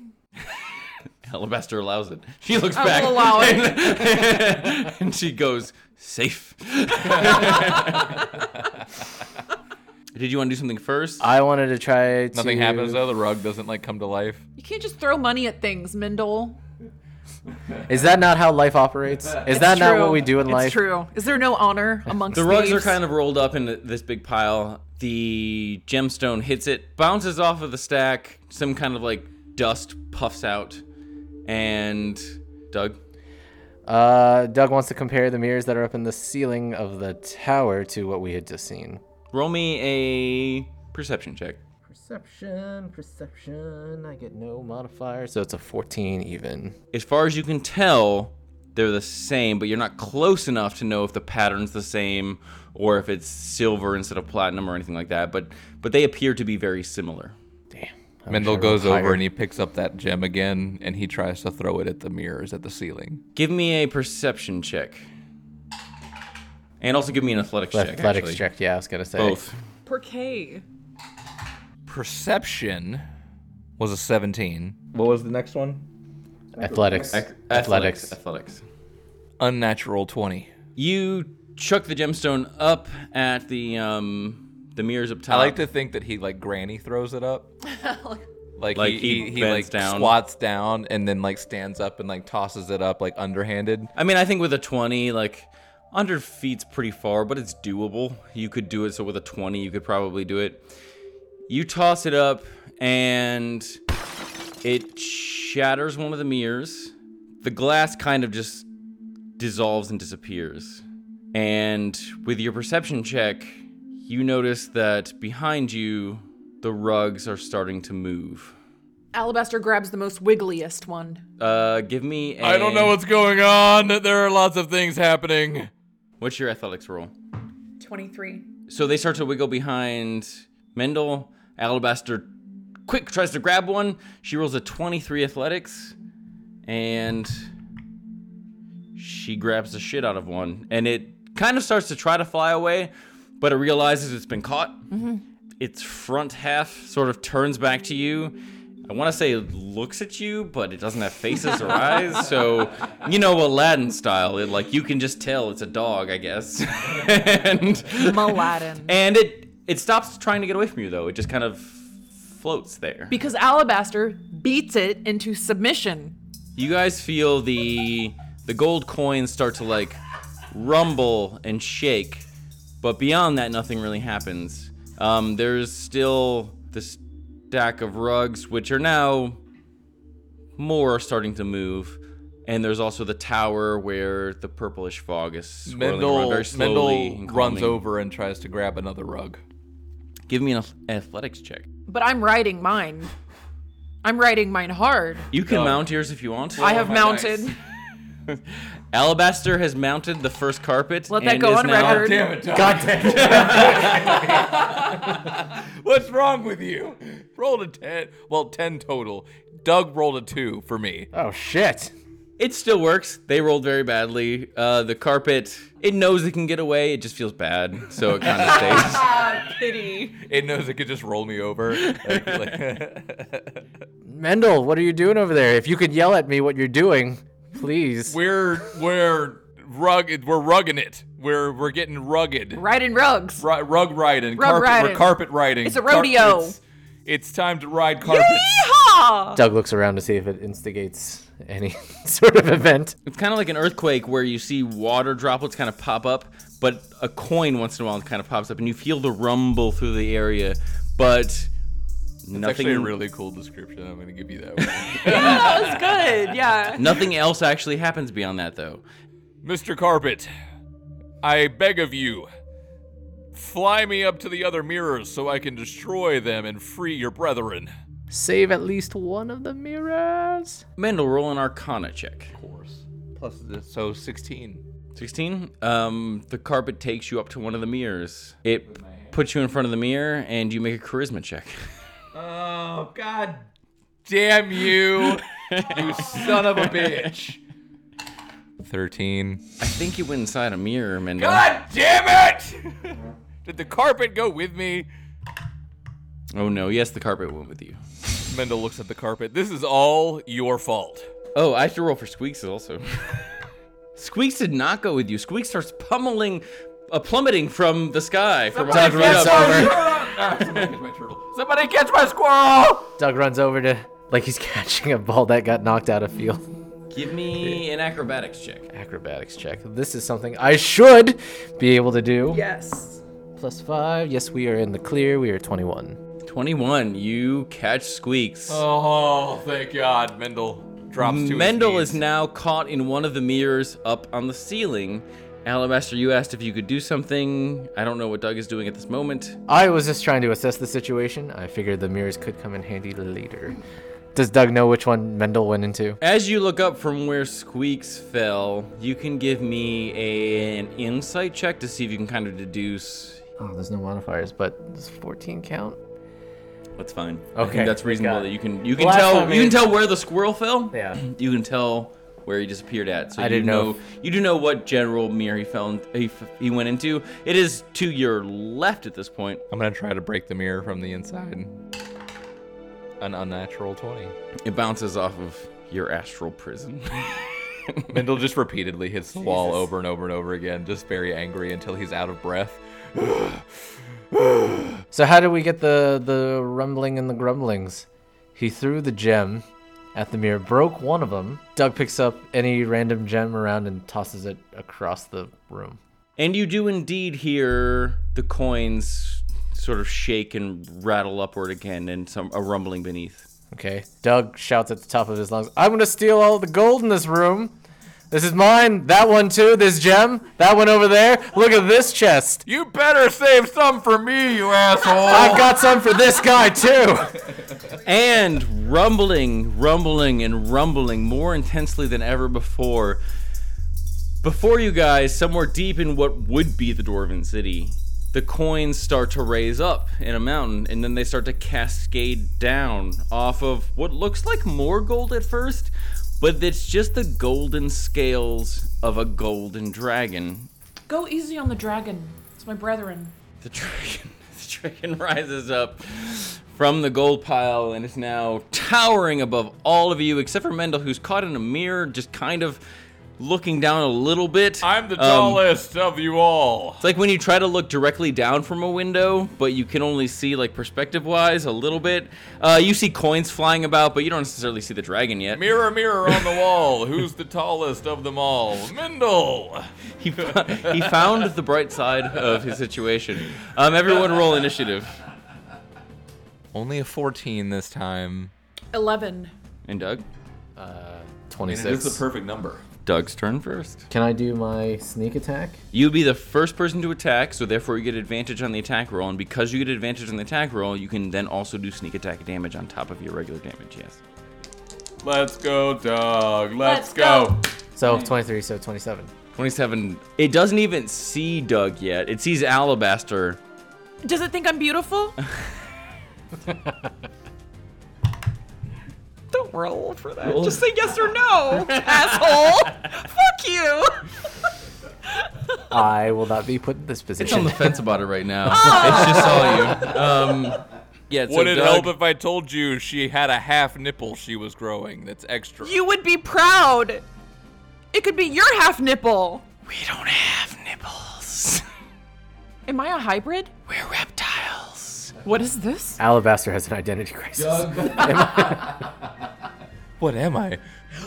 [SPEAKER 1] Alabaster allows it. She looks
[SPEAKER 2] I
[SPEAKER 1] back.
[SPEAKER 2] will allow it.
[SPEAKER 1] and she goes, safe. Did you want to do something first?
[SPEAKER 4] I wanted to try.
[SPEAKER 3] Nothing
[SPEAKER 4] to...
[SPEAKER 3] happens though. The rug doesn't like come to life.
[SPEAKER 2] You can't just throw money at things, Mendel.
[SPEAKER 4] Is that not how life operates? Is that not what we do in
[SPEAKER 2] it's
[SPEAKER 4] life?
[SPEAKER 2] It's true. Is there no honor amongst
[SPEAKER 1] the rugs are kind of rolled up in this big pile. The gemstone hits it, bounces off of the stack. Some kind of like dust puffs out. And Doug,
[SPEAKER 4] Uh, Doug wants to compare the mirrors that are up in the ceiling of the tower to what we had just seen.
[SPEAKER 1] roll me a perception check.
[SPEAKER 4] Perception, perception. I get no modifier, so it's a 14 even.
[SPEAKER 1] as far as you can tell, they're the same, but you're not close enough to know if the pattern's the same or if it's silver instead of platinum or anything like that. But but they appear to be very similar.
[SPEAKER 4] Damn. I
[SPEAKER 3] Mendel
[SPEAKER 4] wish I rolled
[SPEAKER 3] goes over
[SPEAKER 4] higher.
[SPEAKER 3] and he picks up that gem again and he tries to throw it at the mirrors at the ceiling.
[SPEAKER 1] Give me a perception check, and also give me an athletics check.
[SPEAKER 4] Athletics
[SPEAKER 1] actually.
[SPEAKER 4] check. Yeah, I was gonna say.
[SPEAKER 1] Both.
[SPEAKER 2] per K.
[SPEAKER 3] Perception was a 17.
[SPEAKER 7] What was the next one?
[SPEAKER 4] Athletics.
[SPEAKER 1] Athletics.
[SPEAKER 4] athletics.
[SPEAKER 1] Athletics.
[SPEAKER 3] Unnatural 20.
[SPEAKER 1] You chuck the gemstone up at the um the mirrors up top.
[SPEAKER 3] I like to think that he like granny throws it up. Like,
[SPEAKER 1] Like
[SPEAKER 3] he,
[SPEAKER 1] he
[SPEAKER 3] he, he,
[SPEAKER 1] bends
[SPEAKER 3] like
[SPEAKER 1] down.
[SPEAKER 3] squats down and then like stands up and like tosses it up like underhanded.
[SPEAKER 1] I mean, I think with a 20, like 100 feet's pretty far, but it's doable. You could do it. So with a 20, you could probably do it. You toss it up, and it shatters one of the mirrors. The glass kind of just dissolves and disappears. And with your perception check, you notice that behind you, the rugs are starting to move.
[SPEAKER 2] Alabaster grabs the most wiggliest one.
[SPEAKER 1] Uh, give me. I
[SPEAKER 3] I don't know what's going on. There are lots of things happening.
[SPEAKER 1] What's your athletics roll?
[SPEAKER 2] 23.
[SPEAKER 1] So they start to wiggle behind Mendel. Alabaster quick tries to grab one. She rolls a 23 athletics and she grabs the shit out of one. And it kind of starts to try to fly away, but it realizes it's been caught. Its front half sort of turns back to you. I want to say it looks at you, but it doesn't have faces or eyes. So, you know, Aladdin style. It, like, you can just tell it's a dog, I guess. and
[SPEAKER 2] Maladin.
[SPEAKER 1] and it it stops trying to get away from you though. It just kind of floats there.
[SPEAKER 2] because Alabaster beats it into submission.
[SPEAKER 1] You guys feel the the gold coins start to like rumble and shake, but beyond that, nothing really happens. Um, there's still the stack of rugs, which are now more starting to move. And there's also the tower where the purplish fog is swirling around
[SPEAKER 3] Mendel,
[SPEAKER 1] very slowly.
[SPEAKER 3] Mendel
[SPEAKER 1] and
[SPEAKER 3] runs
[SPEAKER 1] calming.
[SPEAKER 3] over and tries to grab another rug.
[SPEAKER 1] Give me an ath- athletics check.
[SPEAKER 2] But I'm riding mine. I'm riding mine hard.
[SPEAKER 1] You
[SPEAKER 3] Uh,
[SPEAKER 1] can mount yours if you want.
[SPEAKER 2] I have
[SPEAKER 3] my
[SPEAKER 2] mounted.
[SPEAKER 3] dice.
[SPEAKER 1] Alabaster has mounted the first carpet.
[SPEAKER 2] Let that
[SPEAKER 1] and
[SPEAKER 2] go
[SPEAKER 1] is
[SPEAKER 2] on
[SPEAKER 1] now-
[SPEAKER 2] record.
[SPEAKER 3] Damn it, Doc.
[SPEAKER 4] God damn it.
[SPEAKER 3] What's wrong with you? Rolled a 10. Well, 10 total. Doug rolled a 2 for me.
[SPEAKER 4] Oh shit.
[SPEAKER 1] It still works. They rolled very badly. Uh, the carpet, it knows it can get away. It just feels bad, so it kind of stays.
[SPEAKER 2] Pity.
[SPEAKER 3] It knows it could just roll me over. Like- like-
[SPEAKER 4] Mendel, what are you doing over there? If you could yell at me what you're doing, please.
[SPEAKER 3] we're we're rugged. We're rugging it. We're we're getting rugged.
[SPEAKER 2] Riding rugs.
[SPEAKER 3] Ru- rug riding.
[SPEAKER 2] Rug
[SPEAKER 3] carpet,
[SPEAKER 2] riding.
[SPEAKER 3] We're carpet riding.
[SPEAKER 2] It's a rodeo.
[SPEAKER 3] It's, it's time to ride carpets.
[SPEAKER 2] Yeehaw!
[SPEAKER 4] Doug looks around to see if it instigates any sort of event.
[SPEAKER 1] it's kind of like an earthquake where you see water droplets kind of pop up, but a coin once in a while kind of pops up, and you feel the rumble through the area, but
[SPEAKER 3] It's actually a
[SPEAKER 1] nothing.
[SPEAKER 3] really cool description. I'm gonna give you that. One.
[SPEAKER 2] That was good. Yeah.
[SPEAKER 1] Nothing else actually happens beyond that, though.
[SPEAKER 3] Mr. Carpet, I beg of you, fly me up to the other mirrors so I can destroy them and free your brethren.
[SPEAKER 4] Save at least one of the mirrors.
[SPEAKER 1] Mendel, roll an Arcana check.
[SPEAKER 7] Plus, the- so 16.
[SPEAKER 1] 16. Um, the carpet takes you up to one of the mirrors. It puts you in front of the mirror, and you make a charisma check.
[SPEAKER 7] Oh, God
[SPEAKER 3] Damn you!
[SPEAKER 7] son of a bitch. 13.
[SPEAKER 1] I think you went inside a mirror, Mendel.
[SPEAKER 3] God damn it! Did the carpet go with me?
[SPEAKER 1] Oh no, yes, the carpet went with you.
[SPEAKER 3] Mendel looks at the carpet. This is all your fault.
[SPEAKER 1] Oh, I have to roll for Squeaks also. Squeaks did not go with you. Squeaks starts pummeling, uh, plummeting from the sky. From
[SPEAKER 4] Doug runs over.
[SPEAKER 3] Somebody catch my squirrel!
[SPEAKER 4] Doug runs over to like he's catching a ball that got knocked out of field.
[SPEAKER 1] Give me an acrobatics check.
[SPEAKER 4] Acrobatics check. This is something I should be able to do.
[SPEAKER 2] Yes.
[SPEAKER 4] Plus five. Yes, we are in the clear. We are 21.
[SPEAKER 1] 21, you catch Squeaks.
[SPEAKER 3] Oh, thank God. Mendel drops to
[SPEAKER 1] Mendel
[SPEAKER 3] his
[SPEAKER 1] is now caught in one of the mirrors up on the ceiling. Alabaster, you asked if you could do something. I don't know what Doug is doing at this moment.
[SPEAKER 4] I was just trying to assess the situation. I figured the mirrors could come in handy later. Does Doug know which one Mendel went into?
[SPEAKER 1] As you look up from where Squeaks fell, you can give me a- an insight check to see if you can kind of deduce.
[SPEAKER 4] Oh, there's no modifiers, but does 14 count?
[SPEAKER 1] That's fine. I
[SPEAKER 4] Okay,
[SPEAKER 1] think that's
[SPEAKER 4] we
[SPEAKER 1] reasonable
[SPEAKER 4] got
[SPEAKER 1] that
[SPEAKER 4] it.
[SPEAKER 1] you can you can
[SPEAKER 4] Last
[SPEAKER 1] tell
[SPEAKER 4] time
[SPEAKER 1] you can
[SPEAKER 4] it-
[SPEAKER 1] tell where the squirrel fell.
[SPEAKER 4] Yeah.
[SPEAKER 1] You can tell where he disappeared at. So
[SPEAKER 4] I
[SPEAKER 1] you
[SPEAKER 4] didn't know
[SPEAKER 1] You do know what general mirror he fell in, he, f- he went into. It is to your left at this point.
[SPEAKER 7] I'm going to try to break the mirror from the inside. An unnatural 20.
[SPEAKER 1] It bounces off of your astral prison.
[SPEAKER 7] Mendel just repeatedly hits the wall over and over and over again, just very angry until he's out of breath.
[SPEAKER 4] So how did we get the the rumbling and the grumblings? He threw the gem at the mirror, broke one of them. Doug picks up any random gem around and tosses it across the room.
[SPEAKER 1] And you do indeed hear the coins sort of shake and rattle upward again and some a rumbling beneath.
[SPEAKER 4] Okay. Doug shouts at the top of his lungs, "I'm gonna steal all the gold in this room. This is mine. That one too. This gem. That one over there. Look at this chest.
[SPEAKER 3] You better save some for me, you asshole!
[SPEAKER 4] I've got some for this guy too."
[SPEAKER 1] And rumbling, rumbling, and rumbling more intensely than ever before. Before you guys, somewhere deep in what would be the Dwarven City, the coins start to raise up in a mountain, and then they start to cascade down off of what looks like more gold at first, but it's just the golden scales of a golden dragon.
[SPEAKER 2] Go easy on the dragon. It's my brethren.
[SPEAKER 1] The dragon, the dragon rises up from the gold pile and is now towering above all of you, except for Mendel, who's caught in a mirror, just kind of looking down a little bit.
[SPEAKER 3] I'm the
[SPEAKER 1] Um,
[SPEAKER 3] tallest of you all.
[SPEAKER 1] It's like when you try to look directly down from a window, but you can only see, like, perspective wise a little bit. Uh, you see coins flying about, but you don't necessarily see the dragon yet.
[SPEAKER 3] Mirror, mirror on the wall, who's the tallest of them all? Mendel!
[SPEAKER 1] He, fo- he found the bright side of his situation. Um, everyone roll initiative.
[SPEAKER 7] Only a 14 this time.
[SPEAKER 2] 11.
[SPEAKER 1] And Doug?
[SPEAKER 4] Twenty-six.
[SPEAKER 3] perfect number.
[SPEAKER 1] Doug's turn first.
[SPEAKER 4] Can I do my sneak attack?
[SPEAKER 1] You'd be the first person to attack, so therefore you get advantage on the attack roll, and because you get advantage on the attack roll, you can then also do sneak attack damage on top of your regular damage, yes.
[SPEAKER 3] Let's go, Doug. Let's,
[SPEAKER 2] Let's
[SPEAKER 3] go.
[SPEAKER 2] go.
[SPEAKER 4] So 23, so 27.
[SPEAKER 1] 27. It doesn't even see Doug yet. It sees Alabaster.
[SPEAKER 2] Does it think I'm beautiful? Don't roll for that. Just say yes or no, asshole. Fuck you.
[SPEAKER 4] I will not be put in this
[SPEAKER 1] It's on
[SPEAKER 4] position.
[SPEAKER 1] the fence about it right now. It's just saw you. Um, yeah, so
[SPEAKER 3] Would it
[SPEAKER 1] Doug-
[SPEAKER 3] help if I told you she had a half nipple she was growing that's extra?
[SPEAKER 2] You would be proud. It could be your half nipple.
[SPEAKER 1] We don't have nipples.
[SPEAKER 2] Am I a hybrid?
[SPEAKER 1] We're reptiles.
[SPEAKER 2] What is this?
[SPEAKER 4] Alabaster has an identity crisis.
[SPEAKER 7] What am I?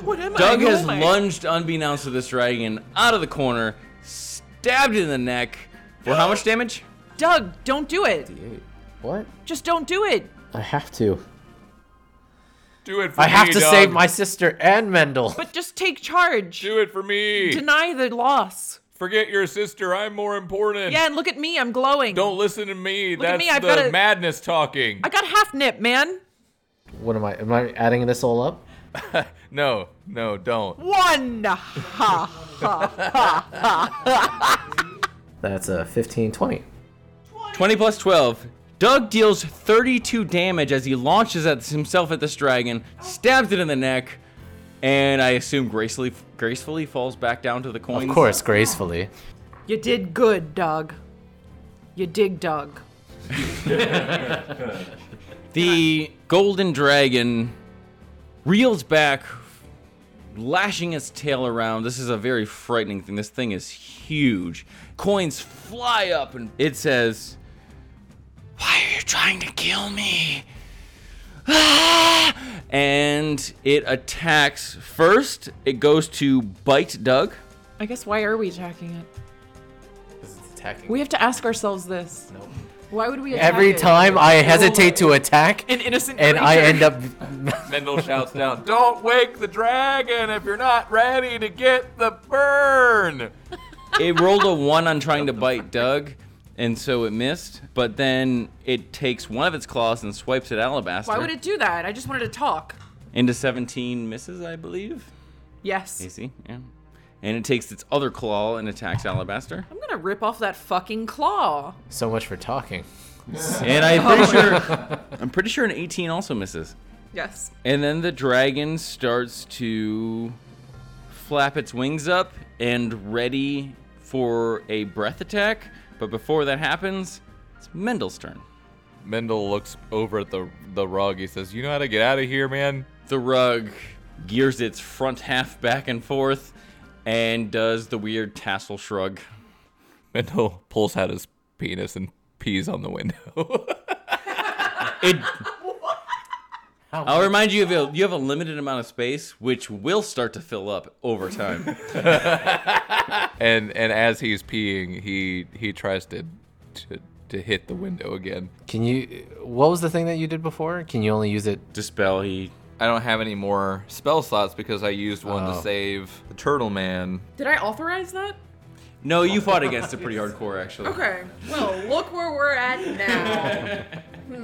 [SPEAKER 2] What am I? Oh
[SPEAKER 1] Doug
[SPEAKER 2] Who
[SPEAKER 1] has
[SPEAKER 2] am I?
[SPEAKER 1] lunged unbeknownst to this dragon out of the corner, stabbed it in the neck. For how much damage?
[SPEAKER 2] Doug, don't do it.
[SPEAKER 4] What?
[SPEAKER 2] Just don't do it.
[SPEAKER 4] I have to.
[SPEAKER 3] Do it for
[SPEAKER 4] I
[SPEAKER 3] me.
[SPEAKER 4] have to
[SPEAKER 3] Doug.
[SPEAKER 4] save my sister and Mendel.
[SPEAKER 2] But just take charge.
[SPEAKER 3] Do it for me.
[SPEAKER 2] Deny the loss.
[SPEAKER 3] Forget your sister. I'm more important.
[SPEAKER 2] Yeah, and look at me. I'm glowing.
[SPEAKER 3] Don't listen to me.
[SPEAKER 2] at
[SPEAKER 3] That's
[SPEAKER 2] me, I've
[SPEAKER 3] the
[SPEAKER 2] gotta-
[SPEAKER 3] madness talking.
[SPEAKER 2] I got half nip, man.
[SPEAKER 4] What am I? Am I adding this all up?
[SPEAKER 3] No, no, don't.
[SPEAKER 2] One. Ha.
[SPEAKER 4] That's a 15, 20.
[SPEAKER 1] 20 plus 12. Doug deals 32 damage as he launches at himself at this dragon, stabs it in the neck, and I assume gracefully gracefully falls back down to the coins.
[SPEAKER 4] Of course, gracefully.
[SPEAKER 2] You did good, Doug. You dig, Doug.
[SPEAKER 1] The golden dragon reels back, lashing its tail around. This is a very frightening thing. This thing is huge. Coins fly up, and it says, Why are you trying to kill me? Ah! And it attacks first. It goes to bite Doug.
[SPEAKER 2] I guess why are we attacking it?
[SPEAKER 4] It's attacking.
[SPEAKER 2] We have to ask ourselves this. No. Why would we attack
[SPEAKER 4] Every
[SPEAKER 2] it?
[SPEAKER 4] time I hesitate to attack,
[SPEAKER 2] an innocent
[SPEAKER 4] and I
[SPEAKER 2] creature.
[SPEAKER 4] end up.
[SPEAKER 3] Mendel shouts down, Don't wake the dragon if you're not ready to get the burn.
[SPEAKER 1] it rolled a one on trying to bite Doug, and so it missed. But then it takes one of its claws and swipes at Alabaster.
[SPEAKER 2] Why would it do that? I just wanted to talk.
[SPEAKER 1] into 17 misses, I believe.
[SPEAKER 2] Yes.
[SPEAKER 1] AC, yeah. And it takes its other claw and attacks Alabaster.
[SPEAKER 2] I'm gonna rip off that fucking claw.
[SPEAKER 4] so much for talking.
[SPEAKER 1] And I'm pretty sure I'm pretty sure an 18 also misses.
[SPEAKER 2] Yes.
[SPEAKER 1] And then the dragon starts to flap its wings up and ready for a breath attack. But before that happens, it's Mendel's turn.
[SPEAKER 3] Mendel looks over at the the rug. He says, "You know how to get out of here, man."
[SPEAKER 1] The rug gears its front half back and forth and does the weird tassel shrug.
[SPEAKER 3] Mendel pulls out his penis and pees on the window.
[SPEAKER 1] It. I'll remind you of a, you have a limited amount of space, which will start to fill up over time.
[SPEAKER 3] and and as he's peeing, he he tries to to, to hit the window again.
[SPEAKER 4] Can you? What was the thing that you did before? Can you only use it?
[SPEAKER 1] Dispel. He.
[SPEAKER 7] I don't have any more spell slots because I used one
[SPEAKER 4] Oh.
[SPEAKER 7] to save the Turtle Man.
[SPEAKER 2] Did I authorize that?
[SPEAKER 1] No, you fought against it pretty hardcore, actually.
[SPEAKER 2] Okay. Well, look where we're at now.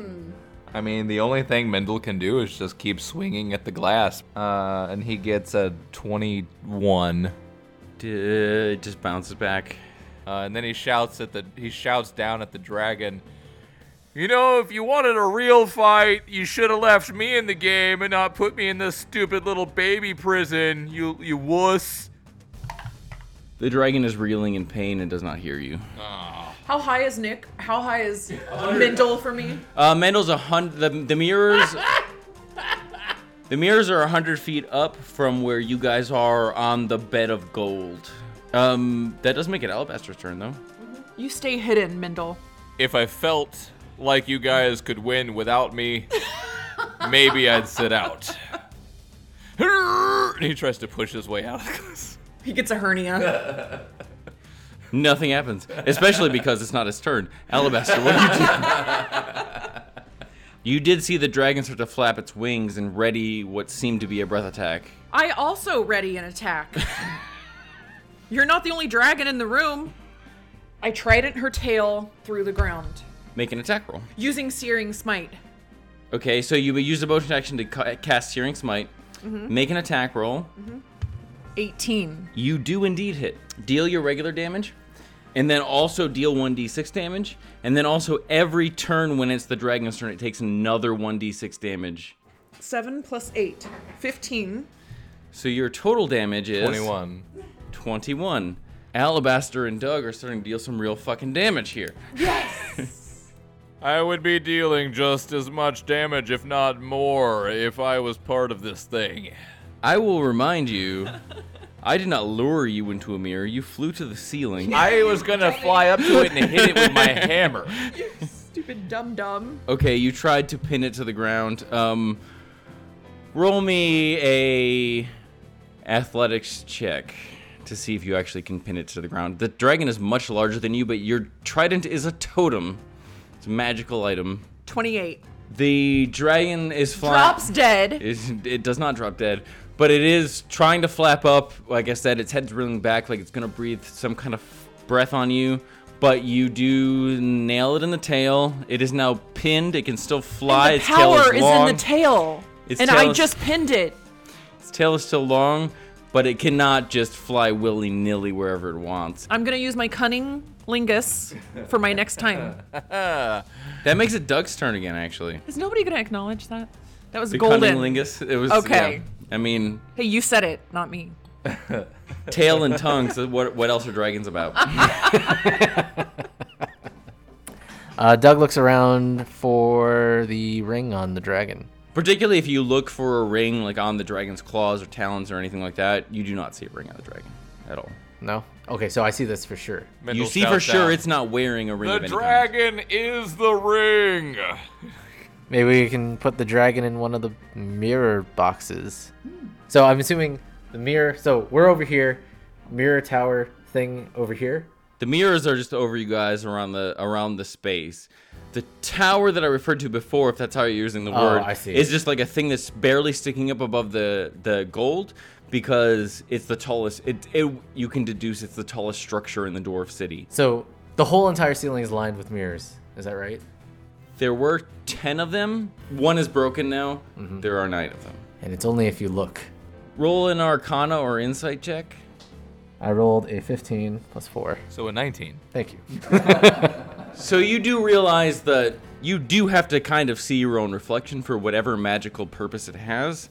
[SPEAKER 7] I mean, the only thing Mendel can do is just keep swinging at the glass, uh, and he gets a 21.
[SPEAKER 1] D- it just bounces back.
[SPEAKER 3] Uh, and then he shouts at the he shouts down at the dragon. You know, if you wanted a real fight, you should have left me in the game and not put me in this stupid little baby prison. You you wuss.
[SPEAKER 1] The dragon is reeling in pain and does not hear you.
[SPEAKER 2] How high is Nick? How high is Mendel for me?
[SPEAKER 1] Uh, Mendel's a hundred. The, the mirrors. the mirrors are a hundred feet up from where you guys are on the bed of gold. Um, that does make it Alabaster's turn though.
[SPEAKER 2] You stay hidden, Mendel.
[SPEAKER 3] If I felt like you guys could win without me, maybe I'd sit out. And he tries to push his way out of the class.
[SPEAKER 2] He gets a hernia.
[SPEAKER 1] Nothing happens, especially because it's not his turn. Alabaster, what do you do? you did see the dragon start to flap its wings and ready what seemed to be a breath attack.
[SPEAKER 2] I also ready an attack. You're not the only dragon in the room. I trident her tail through the ground
[SPEAKER 1] Make an attack roll.
[SPEAKER 2] using searing smite.
[SPEAKER 1] Okay, so you would use a bonus action to ca- cast Searing Smite. Make an attack roll.
[SPEAKER 2] 18.
[SPEAKER 1] You do indeed hit. Deal your regular damage, and then also deal 1d6 damage, and then also every turn when it's the dragon's turn, it takes another 1d6 damage.
[SPEAKER 2] 7 plus 8. 15.
[SPEAKER 1] So your total damage is
[SPEAKER 3] 21.
[SPEAKER 1] 21. Alabaster and Doug are starting to deal some real fucking damage here.
[SPEAKER 3] I would be dealing just as much damage, if not more, if I was part of this thing.
[SPEAKER 1] I will remind you, I did not lure you into a mirror. You flew to the ceiling.
[SPEAKER 3] I was gonna fly up to it and hit it with my hammer.
[SPEAKER 2] Stupid dum dum.
[SPEAKER 1] Okay, you tried to pin it to the ground. Um, roll me a athletics check to see if you actually can pin it to the ground. The dragon is much larger than you, but your trident is a totem. It's a magical item.
[SPEAKER 2] 28.
[SPEAKER 1] The dragon is flying.
[SPEAKER 2] Drops dead.
[SPEAKER 1] Is it does not drop dead, but it is trying to flap up. Like I said, its head's reeling back, like it's gonna breathe some kind of breath on you. But you do nail it in the tail. It is now pinned. It can still fly.
[SPEAKER 2] the
[SPEAKER 1] its tail
[SPEAKER 2] power
[SPEAKER 1] is
[SPEAKER 2] is
[SPEAKER 1] long.
[SPEAKER 2] in the tail.
[SPEAKER 1] Its
[SPEAKER 2] and
[SPEAKER 1] tail
[SPEAKER 2] I
[SPEAKER 1] is-
[SPEAKER 2] just pinned it.
[SPEAKER 1] its tail is still long, but it cannot just fly willy nilly wherever it wants.
[SPEAKER 2] I'm gonna use my cunning lingus for my next time.
[SPEAKER 1] That makes it Doug's turn again, actually.
[SPEAKER 2] Is nobody gonna acknowledge that? That was
[SPEAKER 1] The
[SPEAKER 2] golden.
[SPEAKER 1] cunning lingus. It was
[SPEAKER 2] Okay.
[SPEAKER 1] yeah. I mean,
[SPEAKER 2] Hey, you said it, not me.
[SPEAKER 1] tail and tongue. So what? What else are dragons about?
[SPEAKER 4] Uh, Doug looks around for the ring on the dragon.
[SPEAKER 1] Particularly if you look for a ring like on the dragon's claws or talons or anything like that, you do not see a ring on the dragon at all.
[SPEAKER 4] No? Okay, so I see this for sure.
[SPEAKER 1] you
[SPEAKER 3] Mendel
[SPEAKER 1] see for
[SPEAKER 3] shouts
[SPEAKER 1] sure
[SPEAKER 3] out,
[SPEAKER 1] it's not wearing a ring.
[SPEAKER 3] The
[SPEAKER 1] of any kind.
[SPEAKER 3] dragon is the ring.
[SPEAKER 4] Maybe we can put the dragon in one of the mirror boxes. So I'm assuming the mirror. So we're over here, mirror tower thing over here.
[SPEAKER 1] The mirrors are just over you guys around the around the space. The tower that I referred to before, if that's how you're using the
[SPEAKER 4] Oh,
[SPEAKER 1] word,
[SPEAKER 4] I see.
[SPEAKER 1] is just like a thing that's barely sticking up above the the gold because it's the tallest. It, it you can deduce it's the tallest structure in the dwarf city.
[SPEAKER 4] So the whole entire ceiling is lined with mirrors. Is that right?
[SPEAKER 1] There were ten of them. One is broken now.
[SPEAKER 4] Mm-hmm.
[SPEAKER 1] There are nine of them.
[SPEAKER 4] And it's only if you look.
[SPEAKER 1] Roll an Arcana or Insight check.
[SPEAKER 4] I rolled a 15 plus 4.
[SPEAKER 3] So a 19.
[SPEAKER 4] Thank you.
[SPEAKER 1] So you do realize that you do have to kind of see your own reflection for whatever magical purpose it has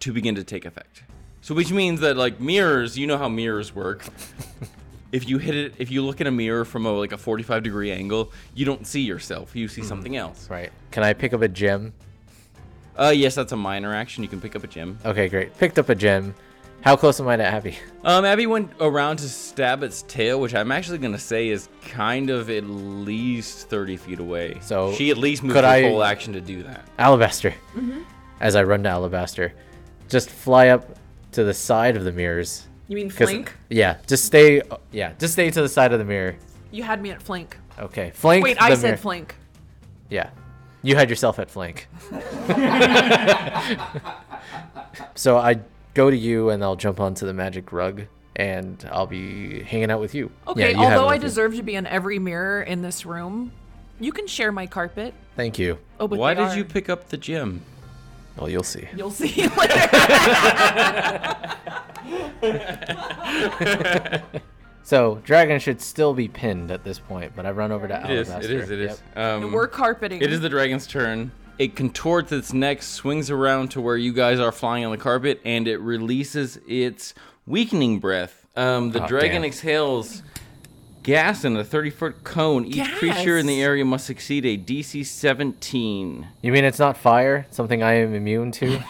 [SPEAKER 1] to begin to take effect. So which means that like mirrors, you know how mirrors work. if you hit it, if you look in a mirror from a like a 45 degree angle, you don't see yourself. You see something else.
[SPEAKER 4] Right. Can I pick up a gem?
[SPEAKER 1] Uh, yes, that's a minor action. You can pick up a gem.
[SPEAKER 4] Okay, great. Picked up a gem. How close am I to Abby?
[SPEAKER 1] Um, Abby went around to stab its tail, which I'm actually gonna say is kind of at least 30 feet away.
[SPEAKER 4] So,
[SPEAKER 1] she at least moved
[SPEAKER 4] could
[SPEAKER 1] her
[SPEAKER 4] I-
[SPEAKER 1] full action to do that.
[SPEAKER 4] Alabaster.
[SPEAKER 2] Mm-hmm.
[SPEAKER 4] As I run to Alabaster, just fly up to the side of the mirrors.
[SPEAKER 2] You mean
[SPEAKER 4] 'Cause-
[SPEAKER 2] flank?
[SPEAKER 4] Yeah, just stay. Yeah, just stay to the side of the mirror.
[SPEAKER 2] You had me at flank.
[SPEAKER 4] Okay, flank.
[SPEAKER 2] Wait,
[SPEAKER 4] the
[SPEAKER 2] I
[SPEAKER 4] mirror.
[SPEAKER 2] said flank.
[SPEAKER 4] Yeah, you had yourself at flank. so I go to you, and I'll jump onto the magic rug, and I'll be hanging out with you. Yeah,
[SPEAKER 2] Okay,
[SPEAKER 4] you have
[SPEAKER 2] although
[SPEAKER 4] it
[SPEAKER 2] I
[SPEAKER 4] with you.
[SPEAKER 2] deserve to be in every mirror in this room, you can share my carpet.
[SPEAKER 4] Thank you.
[SPEAKER 2] Oh, but
[SPEAKER 1] Why
[SPEAKER 2] they
[SPEAKER 1] did
[SPEAKER 2] are.
[SPEAKER 1] you pick up the gem?
[SPEAKER 4] Well, you'll see.
[SPEAKER 2] You'll see later.
[SPEAKER 4] So dragon should still be pinned at this point, but I run over to
[SPEAKER 1] It is.
[SPEAKER 4] Alabaster.
[SPEAKER 1] It is. It is.
[SPEAKER 4] Oh, Yep.
[SPEAKER 1] Um,
[SPEAKER 2] We're carpeting.
[SPEAKER 1] it is the dragon's turn. It contorts its neck, swings around to where you guys are flying on the carpet, and it releases its weakening breath. Um, the
[SPEAKER 4] Oh,
[SPEAKER 1] dragon
[SPEAKER 4] damn.
[SPEAKER 1] exhales gas in a 30 foot cone. Each creature in the
[SPEAKER 2] Gas?
[SPEAKER 1] area must succeed a DC 17.
[SPEAKER 4] You mean it's not fire? Something I am immune to?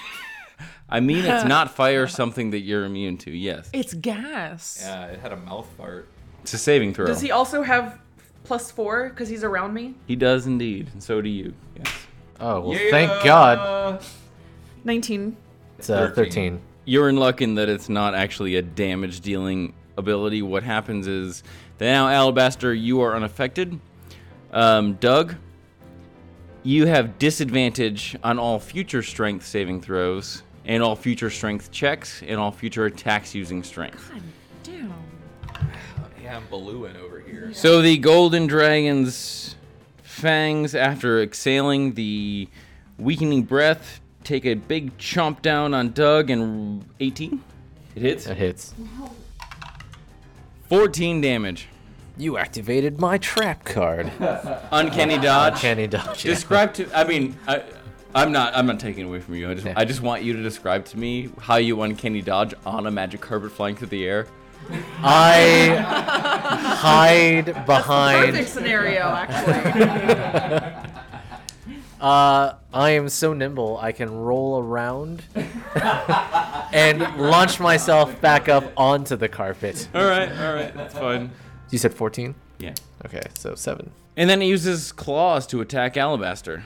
[SPEAKER 1] I mean, it's not fire, something that you're immune to, yes.
[SPEAKER 2] It's gas.
[SPEAKER 7] Yeah, it had a mouth fart.
[SPEAKER 1] It's a saving throw.
[SPEAKER 2] Does he also have plus four because he's around me?
[SPEAKER 1] He does indeed, and so do you. Yes.
[SPEAKER 4] Oh well, thank God.
[SPEAKER 2] 19.
[SPEAKER 4] It's uh, 13.
[SPEAKER 1] you're in luck in that it's not actually a damage dealing ability. What happens is that now Alabaster, you are unaffected. Um, Doug, you have disadvantage on all future strength saving throws and all future strength checks and all future attacks using strength.
[SPEAKER 2] Damn.
[SPEAKER 7] Yeah, I'm ballooing over here.
[SPEAKER 1] So the golden dragon's fangs, after exhaling the weakening breath, take a big chomp down on Doug and 18. It hits.
[SPEAKER 4] That hits.
[SPEAKER 1] 14 damage.
[SPEAKER 4] You activated my trap card.
[SPEAKER 1] Uncanny dodge.
[SPEAKER 4] Candy dodge.
[SPEAKER 1] Describe to. I mean, I, I'm not. I'm not taking it away from you. I just. I just want you to describe to me how you uncanny dodge on a magic carpet flying through the air.
[SPEAKER 4] I hide
[SPEAKER 2] Perfect
[SPEAKER 4] behind.
[SPEAKER 2] scenario, actually.
[SPEAKER 4] Uh, I am so nimble I can roll around and launch myself back up onto the carpet.
[SPEAKER 1] All right. All right. That's fine.
[SPEAKER 4] You said 14?
[SPEAKER 1] Yeah.
[SPEAKER 4] Okay, so 7.
[SPEAKER 1] And then it uses claws to attack Alabaster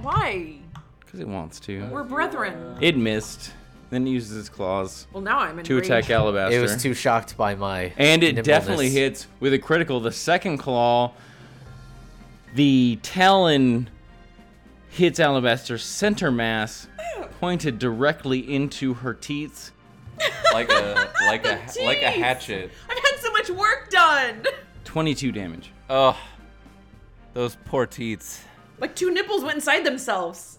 [SPEAKER 2] Why?
[SPEAKER 1] because it wants to.
[SPEAKER 2] We're brethren.
[SPEAKER 1] It missed. Then it uses its claws
[SPEAKER 2] Well, now I'm in
[SPEAKER 1] to attack Alabaster.
[SPEAKER 4] It was too shocked by my.
[SPEAKER 1] And it
[SPEAKER 4] nimbleness.
[SPEAKER 1] definitely hits with a critical. The second claw, the talon hits Alabaster's center mass, pointed directly into her teats.
[SPEAKER 3] like a like a like a
[SPEAKER 2] Jeez.
[SPEAKER 3] hatchet.
[SPEAKER 2] I've had so much work done.
[SPEAKER 1] 22 damage.
[SPEAKER 3] Ugh. Those poor teats.
[SPEAKER 2] Like two nipples went inside themselves.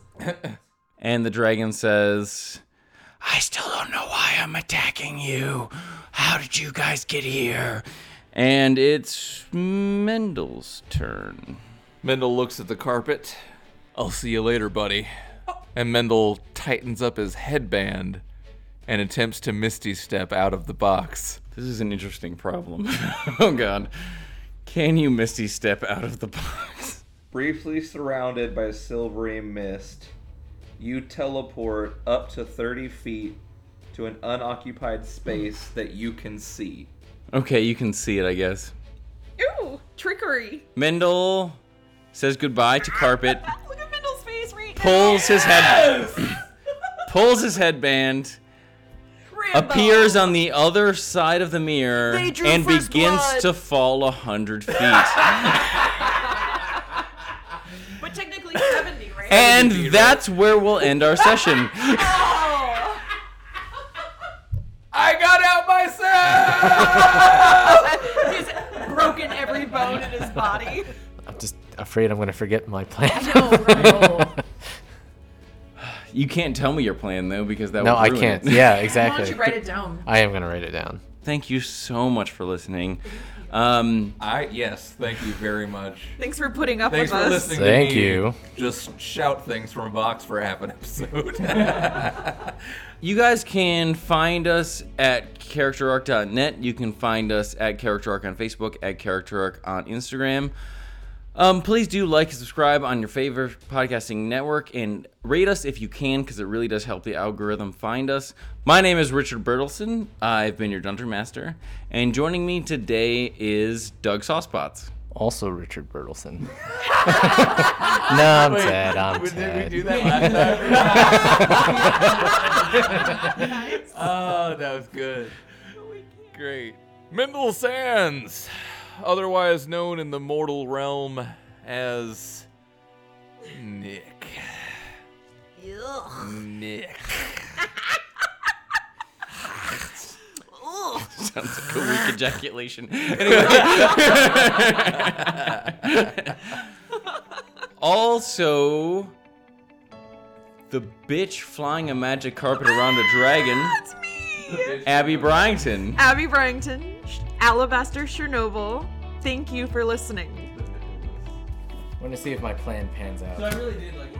[SPEAKER 1] And the dragon says, I still don't know why I'm attacking you. How did you guys get here? And it's Mendel's turn.
[SPEAKER 3] Mendel looks at the carpet. I'll see you later, buddy. And Mendel tightens up his headband and attempts to misty step out of the box.
[SPEAKER 1] This is an interesting problem. oh, God. Can you Misty step out of the box?
[SPEAKER 7] Briefly surrounded by silvery mist, you teleport up to 30 feet to an unoccupied space that you can see.
[SPEAKER 1] Okay, you can see it, I guess.
[SPEAKER 2] Ooh, trickery.
[SPEAKER 1] Mendel says goodbye to carpet,
[SPEAKER 2] Look at Mendel's face right
[SPEAKER 1] pulls his head pulls his headband, appears on the other side of the mirror,
[SPEAKER 2] They drew
[SPEAKER 1] and
[SPEAKER 2] first
[SPEAKER 1] begins
[SPEAKER 2] blood.
[SPEAKER 1] to fall a hundred feet.
[SPEAKER 2] But technically 70, right?
[SPEAKER 1] and that's where we'll end our session.
[SPEAKER 2] Oh.
[SPEAKER 3] I got out myself!
[SPEAKER 2] He's broken every bone in his body.
[SPEAKER 4] I'm just afraid I'm gonna forget my plan.
[SPEAKER 2] No,
[SPEAKER 1] You can't tell me your plan though, because that
[SPEAKER 4] no,
[SPEAKER 1] would
[SPEAKER 4] I
[SPEAKER 1] ruin
[SPEAKER 4] can't.
[SPEAKER 1] it.
[SPEAKER 4] Yeah,
[SPEAKER 2] Why don't
[SPEAKER 4] exactly.
[SPEAKER 2] you write it down?
[SPEAKER 4] I am gonna write it down.
[SPEAKER 1] Thank you so much for listening. Um,
[SPEAKER 3] I yes, thank you very much.
[SPEAKER 2] Thanks for putting up
[SPEAKER 3] Thanks
[SPEAKER 2] with
[SPEAKER 3] for
[SPEAKER 2] us.
[SPEAKER 3] listening. to
[SPEAKER 4] Thank
[SPEAKER 3] me
[SPEAKER 4] you.
[SPEAKER 3] Just shout things from a box for half an episode.
[SPEAKER 1] you guys can find us at characterarc.net. You can find us at characterarc on Facebook, at characterarc on Instagram. Um, please do like and subscribe on your favorite podcasting network and rate us if you can because it really does help the algorithm find us. My name is Richard Bertelson. I've been your Dungeon Master. And joining me today is Doug Saucepots.
[SPEAKER 4] Also, Richard Bertelson. no, I'm sad.
[SPEAKER 3] Did
[SPEAKER 4] I'm
[SPEAKER 3] we
[SPEAKER 4] sad.
[SPEAKER 3] do that last time? oh, that was good. Great. Mendel Sands, otherwise known in the mortal realm as Nick. Nick.
[SPEAKER 1] Sounds like a weak ejaculation. also, the bitch flying a magic carpet around a dragon,
[SPEAKER 2] That's me.
[SPEAKER 1] Abby Bryington.
[SPEAKER 2] Abby Bryington, Alabaster Chernobyl. Thank you for listening.
[SPEAKER 4] I want to see if my plan pans out.
[SPEAKER 1] really did like.